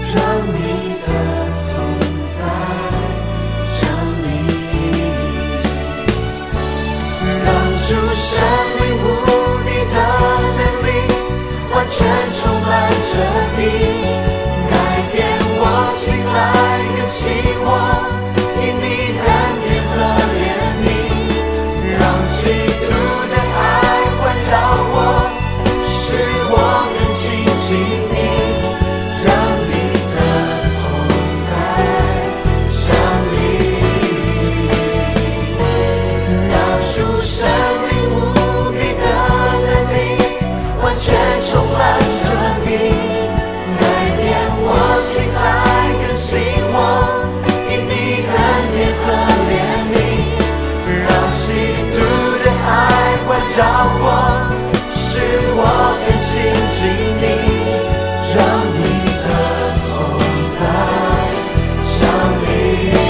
Speaker 1: 让你的同在降临。让主生命无比的能力完全充满彻底，改变我心来更新我，因你恩典和怜悯，让基督的爱环绕我，使我更亲近你，让你的同在降临。让出生命无比的能力，完全充满着你，改变我心来更新我，因你恩典和怜悯，让基督的爱环绕我，使我更亲近你，让你的同在降临。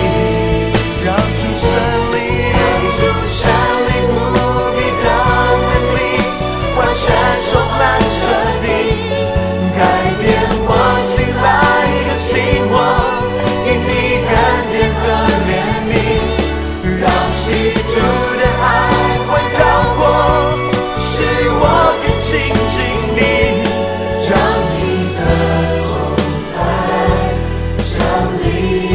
Speaker 1: 让主神灵，神灵无比的能力，完全充满着你，改变我心来更新我，因你恩典和怜悯，让基督的爱环绕我，使我更亲近你，让你的同在降临。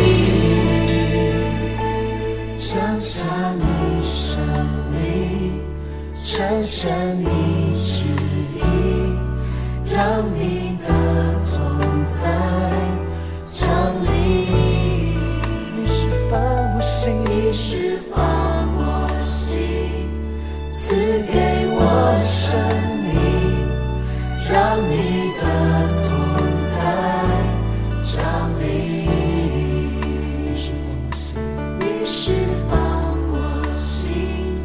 Speaker 1: 降下你神灵，成全你旨意，让你的同在降临。你释放我心，你释放我心，赐给我生命，让你的同在降临。你释放我心。你释放我心，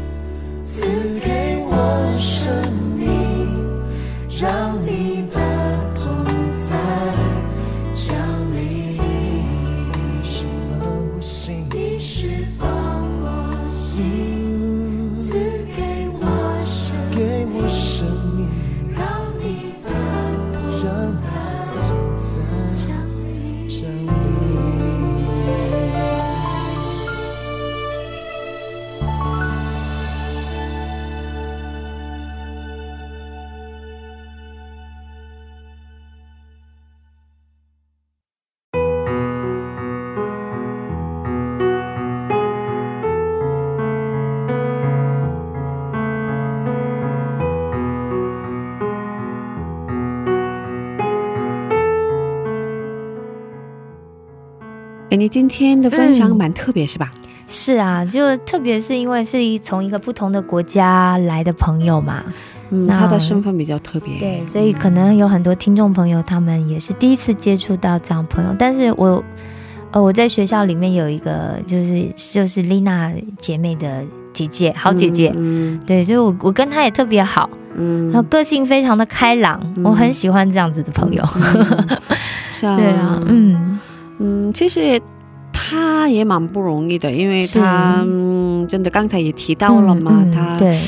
Speaker 1: 赐给我生命，让你的同在降临。你释放我心，你释放我心，赐给我生命，让你的同
Speaker 2: 哎你今天的分
Speaker 3: 嗯
Speaker 2: 享蛮特别，是吧？
Speaker 3: 是啊，就特别是因为是一从一个不同的国家来的朋友嘛，
Speaker 2: 嗯，
Speaker 3: 那
Speaker 2: 他的身份比较特别，
Speaker 3: 对，所以可能有很多听众朋友他们也是第一次接触到这样朋友，但是我呃我在学校里面有一个就是就是丽娜姐妹的姐姐，好姐姐，
Speaker 2: 嗯
Speaker 3: 对，所以我我跟她也特别好，
Speaker 2: 嗯，
Speaker 3: 然后个性非常的开朗，
Speaker 2: 嗯
Speaker 3: 我很喜欢这样子的朋友，
Speaker 2: 是啊，
Speaker 3: 对啊，嗯，
Speaker 2: 嗯，其实他也蛮不容易的，因为
Speaker 3: 是
Speaker 2: 他嗯，真的刚才也提到了嘛，
Speaker 3: 嗯嗯
Speaker 2: 他
Speaker 3: 对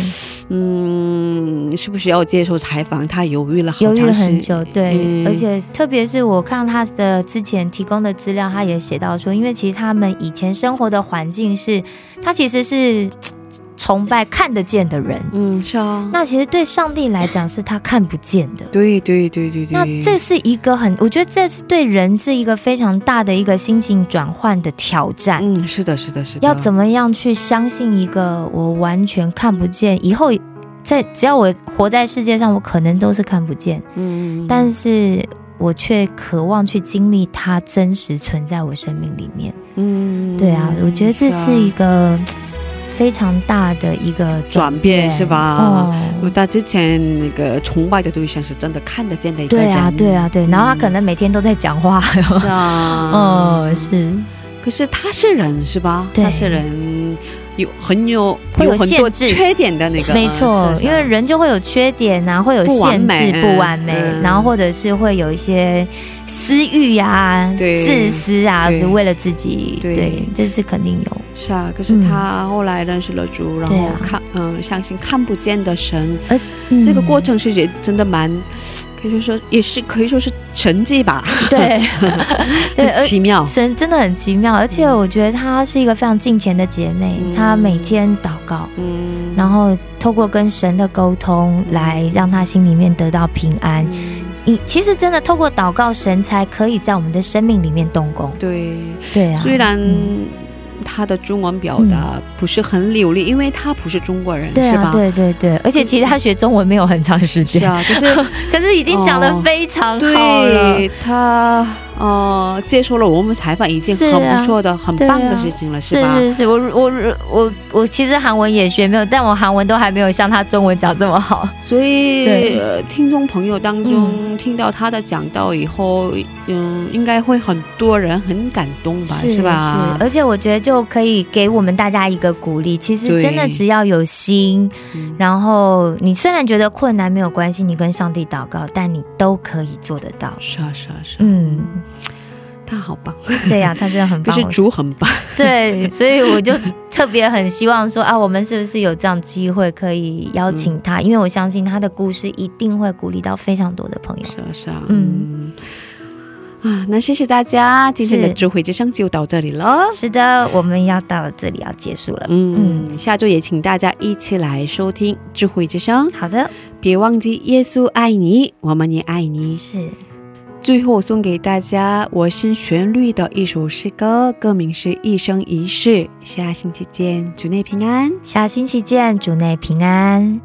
Speaker 2: 嗯，是不是要接受采访？他犹豫了好
Speaker 3: 犹豫
Speaker 2: 长
Speaker 3: 了
Speaker 2: 时
Speaker 3: 很久，对，
Speaker 2: 嗯
Speaker 3: 而且特别是我看到他的之前提供的资料，他也写到说，因为其实他们以前生活的环境是，他其实是嘖崇拜看得见的人，
Speaker 2: 嗯，是啊，
Speaker 3: 那其实对上帝来讲是他看不见的。
Speaker 2: 对对对对对，
Speaker 3: 那这是一个很，我觉得这是对人是一个非常大的一个心情转换的挑战。
Speaker 2: 嗯，是的，是的，是的，
Speaker 3: 要怎么样去相信一个我完全看不见？以后在只要我活在世界上，我可能都是看不见。
Speaker 2: 嗯，嗯，嗯
Speaker 3: 但是我却渴望去经历它真实存在我生命里面。
Speaker 2: 嗯，
Speaker 3: 对啊，我觉得这是一
Speaker 2: 啊
Speaker 3: 个嘖非常大的一个
Speaker 2: 转变是吧？
Speaker 3: 哦
Speaker 2: 我他之前那个崇拜的对象是真的看得见的一个人，
Speaker 3: 对啊，对啊，对，然后他可能每天都在讲话，
Speaker 2: 嗯是啊，
Speaker 3: 哦，是，
Speaker 2: 可是他是人是吧？
Speaker 3: 对
Speaker 2: 他是人，有很有
Speaker 3: 会有
Speaker 2: 很多
Speaker 3: 限制
Speaker 2: 缺点的那个，
Speaker 3: 没错
Speaker 2: 是，啊是
Speaker 3: 因为人就会有缺点啊，会有
Speaker 2: 不完
Speaker 3: 限
Speaker 2: 美
Speaker 3: 制，不完美，
Speaker 2: 嗯
Speaker 3: 然后或者是会有一些私欲啊、
Speaker 2: 对
Speaker 3: 自私啊，
Speaker 2: 对
Speaker 3: 只为了自己，
Speaker 2: 对
Speaker 3: 对，这是肯定有，
Speaker 2: 是啊。可是他后来认识了主，然
Speaker 3: 嗯对
Speaker 2: 后
Speaker 3: 啊
Speaker 2: 看嗯、相信看不见的神，
Speaker 3: 嗯
Speaker 2: 这个过程是也真的蛮。可以说也是可以说是神迹吧，
Speaker 3: 对 对，而
Speaker 2: 很奇妙。
Speaker 3: 神真的很奇妙，而且我觉得她是一个非常敬虔的姐妹，
Speaker 2: 嗯
Speaker 3: 她每天祷告，
Speaker 2: 嗯，
Speaker 3: 然后透过跟神的沟通来让她心里面得到平安。
Speaker 2: 嗯
Speaker 3: 你其实真的透过祷告，神才可以在我们的生命里面动工。
Speaker 2: 对，
Speaker 3: 对啊，
Speaker 2: 虽然
Speaker 3: 嗯
Speaker 2: 他的中文表达不是很流利，因为他不是中国人，
Speaker 3: 对
Speaker 2: 是
Speaker 3: 啊，
Speaker 2: 吧？
Speaker 3: 对对对，而且其实她学中文没有很长时
Speaker 2: 是
Speaker 3: 间，
Speaker 2: 啊，可是
Speaker 3: 可是已经讲得非常好了。
Speaker 2: 哦对他呃接受了我们采访，已经
Speaker 3: 是
Speaker 2: 很
Speaker 3: 啊
Speaker 2: 不错的、很棒的
Speaker 3: 对啊
Speaker 2: 事情了，
Speaker 3: 是
Speaker 2: 吧？
Speaker 3: 是是，我我我我其实韩文也学没有，但我韩文都还没有像她中文讲这么好。
Speaker 2: 所以
Speaker 3: 对、
Speaker 2: 呃听众朋友当
Speaker 3: 嗯
Speaker 2: 中、听到他的讲道以后，嗯，应该会很多人很感动吧，是吧？
Speaker 3: 而且我觉得就可以给我们大家一个鼓励。其实
Speaker 2: 对
Speaker 3: 真的只要有心，
Speaker 2: 嗯
Speaker 3: 然后你虽然觉得困难没有关系，你跟上帝祷告，但你都可以做得到。
Speaker 2: 是啊，是啊，是啊，
Speaker 3: 嗯，
Speaker 2: 他好棒，
Speaker 3: 对呀、他真的很
Speaker 2: 可
Speaker 3: 棒。
Speaker 2: 是
Speaker 3: 我
Speaker 2: 主很棒，
Speaker 3: 对，所以我就特别很希望说啊，我们是不是有这样机会可以邀请他？因为我相信他的故事一定会鼓励到非常多的朋友。
Speaker 2: 是啊，是啊，
Speaker 3: 嗯
Speaker 2: 嗯。啊，那谢谢大家，今天的
Speaker 3: 是
Speaker 2: 智慧之声就到这里了。
Speaker 3: 是的，我们要到这里要结束了。
Speaker 2: 嗯，下周也请大家一起来收听智慧之声。
Speaker 3: 好的，
Speaker 2: 别忘记，耶稣爱你，我们也爱你。
Speaker 3: 是
Speaker 2: 最后送给大家我是旋律的一首诗歌，歌名是《一生一世》。下星期见，主内平安。
Speaker 3: 下星期见，主内平安。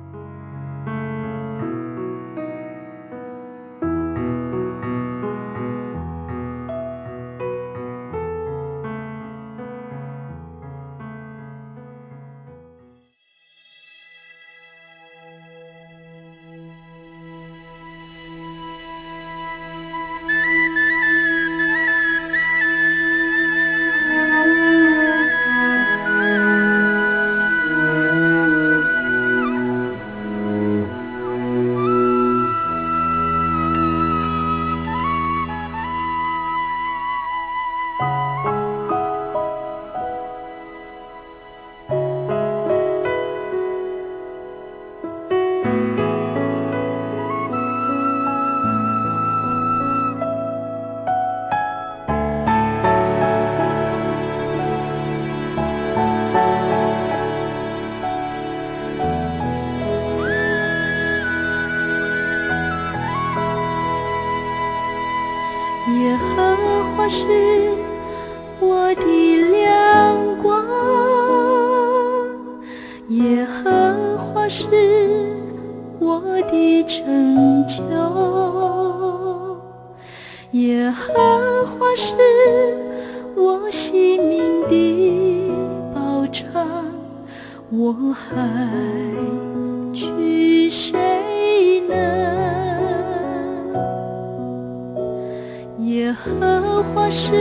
Speaker 1: 一我还惧谁呢？耶和华是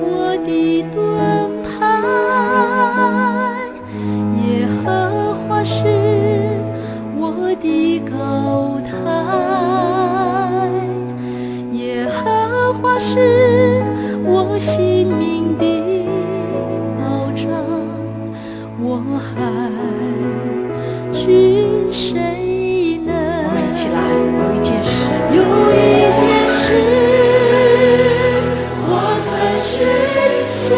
Speaker 1: 我的盾牌，耶和华是我的高台，耶和华是我性命的保障。我还惧谁呢？我们一起来，有一件事，有一件事，我曾寻求，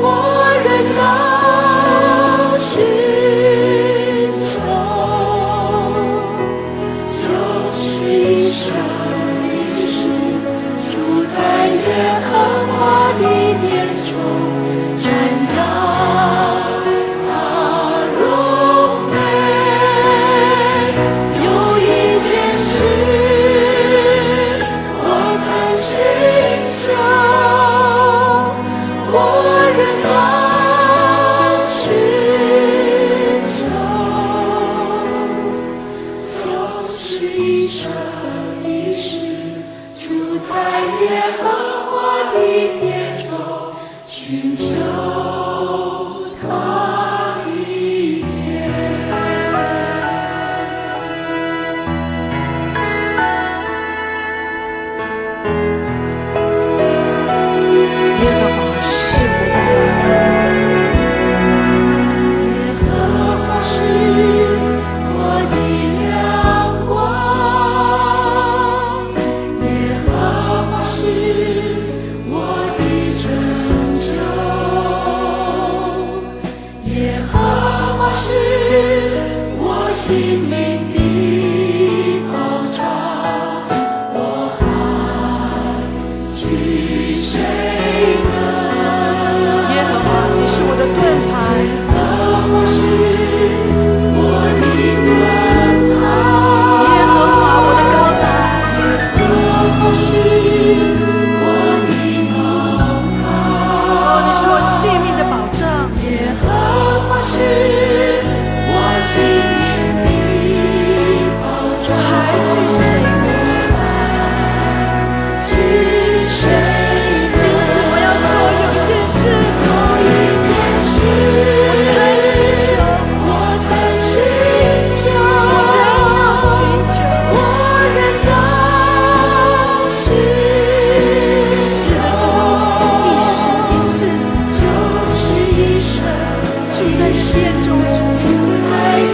Speaker 1: 我仍要寻求，就是一生一世住在耶和华的殿中。瞻仰他容美，有一件事我曾寻求，我仍要寻求，就是一生一世住在耶和华的殿中。寻求他的面。耶和华是我的王，耶和华是我的亮光，耶和华是。我的拯救，耶和华是我性命的保障，我还惧谁呢？耶和华，你是我的盾牌，耶和华是我的盾牌，耶和华我的高台，耶和华是。我的哦，你是我性命的保障。耶和华是我性命的保障。还惧谁呢？还惧谁呢？我要说有一件事，有一件事，我曾寻求，我仍要寻求，我仍要寻求。就是一生住在殿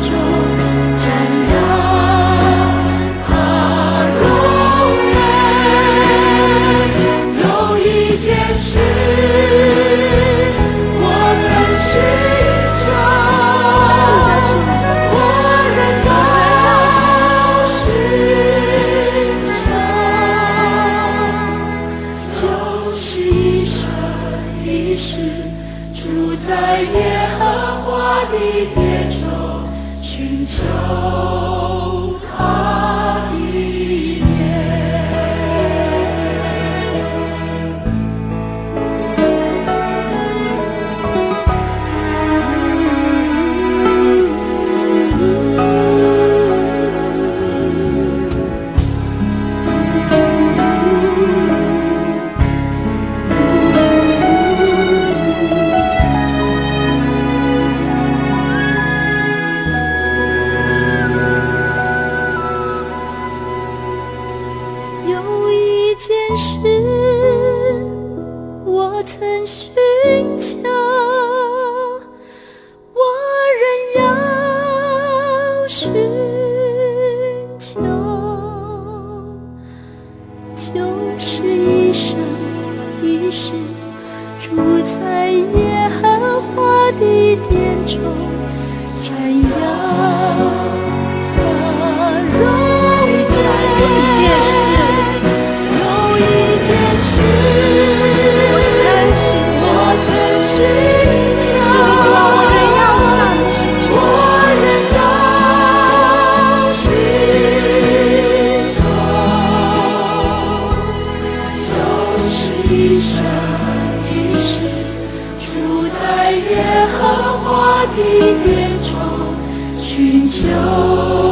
Speaker 1: 中，住在耶和华的殿中，瞻仰他容颜。有一件事，我曾寻求，我仍要寻求。就是一生一世住在耶和华的殿中，寻求他的面。有一件事，我曾寻求，我仍要寻求，就是一生一世住在耶和华的殿中，瞻仰。有一件事，有一件事，我曾寻求，我曾寻求，我仍要寻求，我仍要寻求，就是一生一世
Speaker 9: 是住在耶和华的殿中，寻求。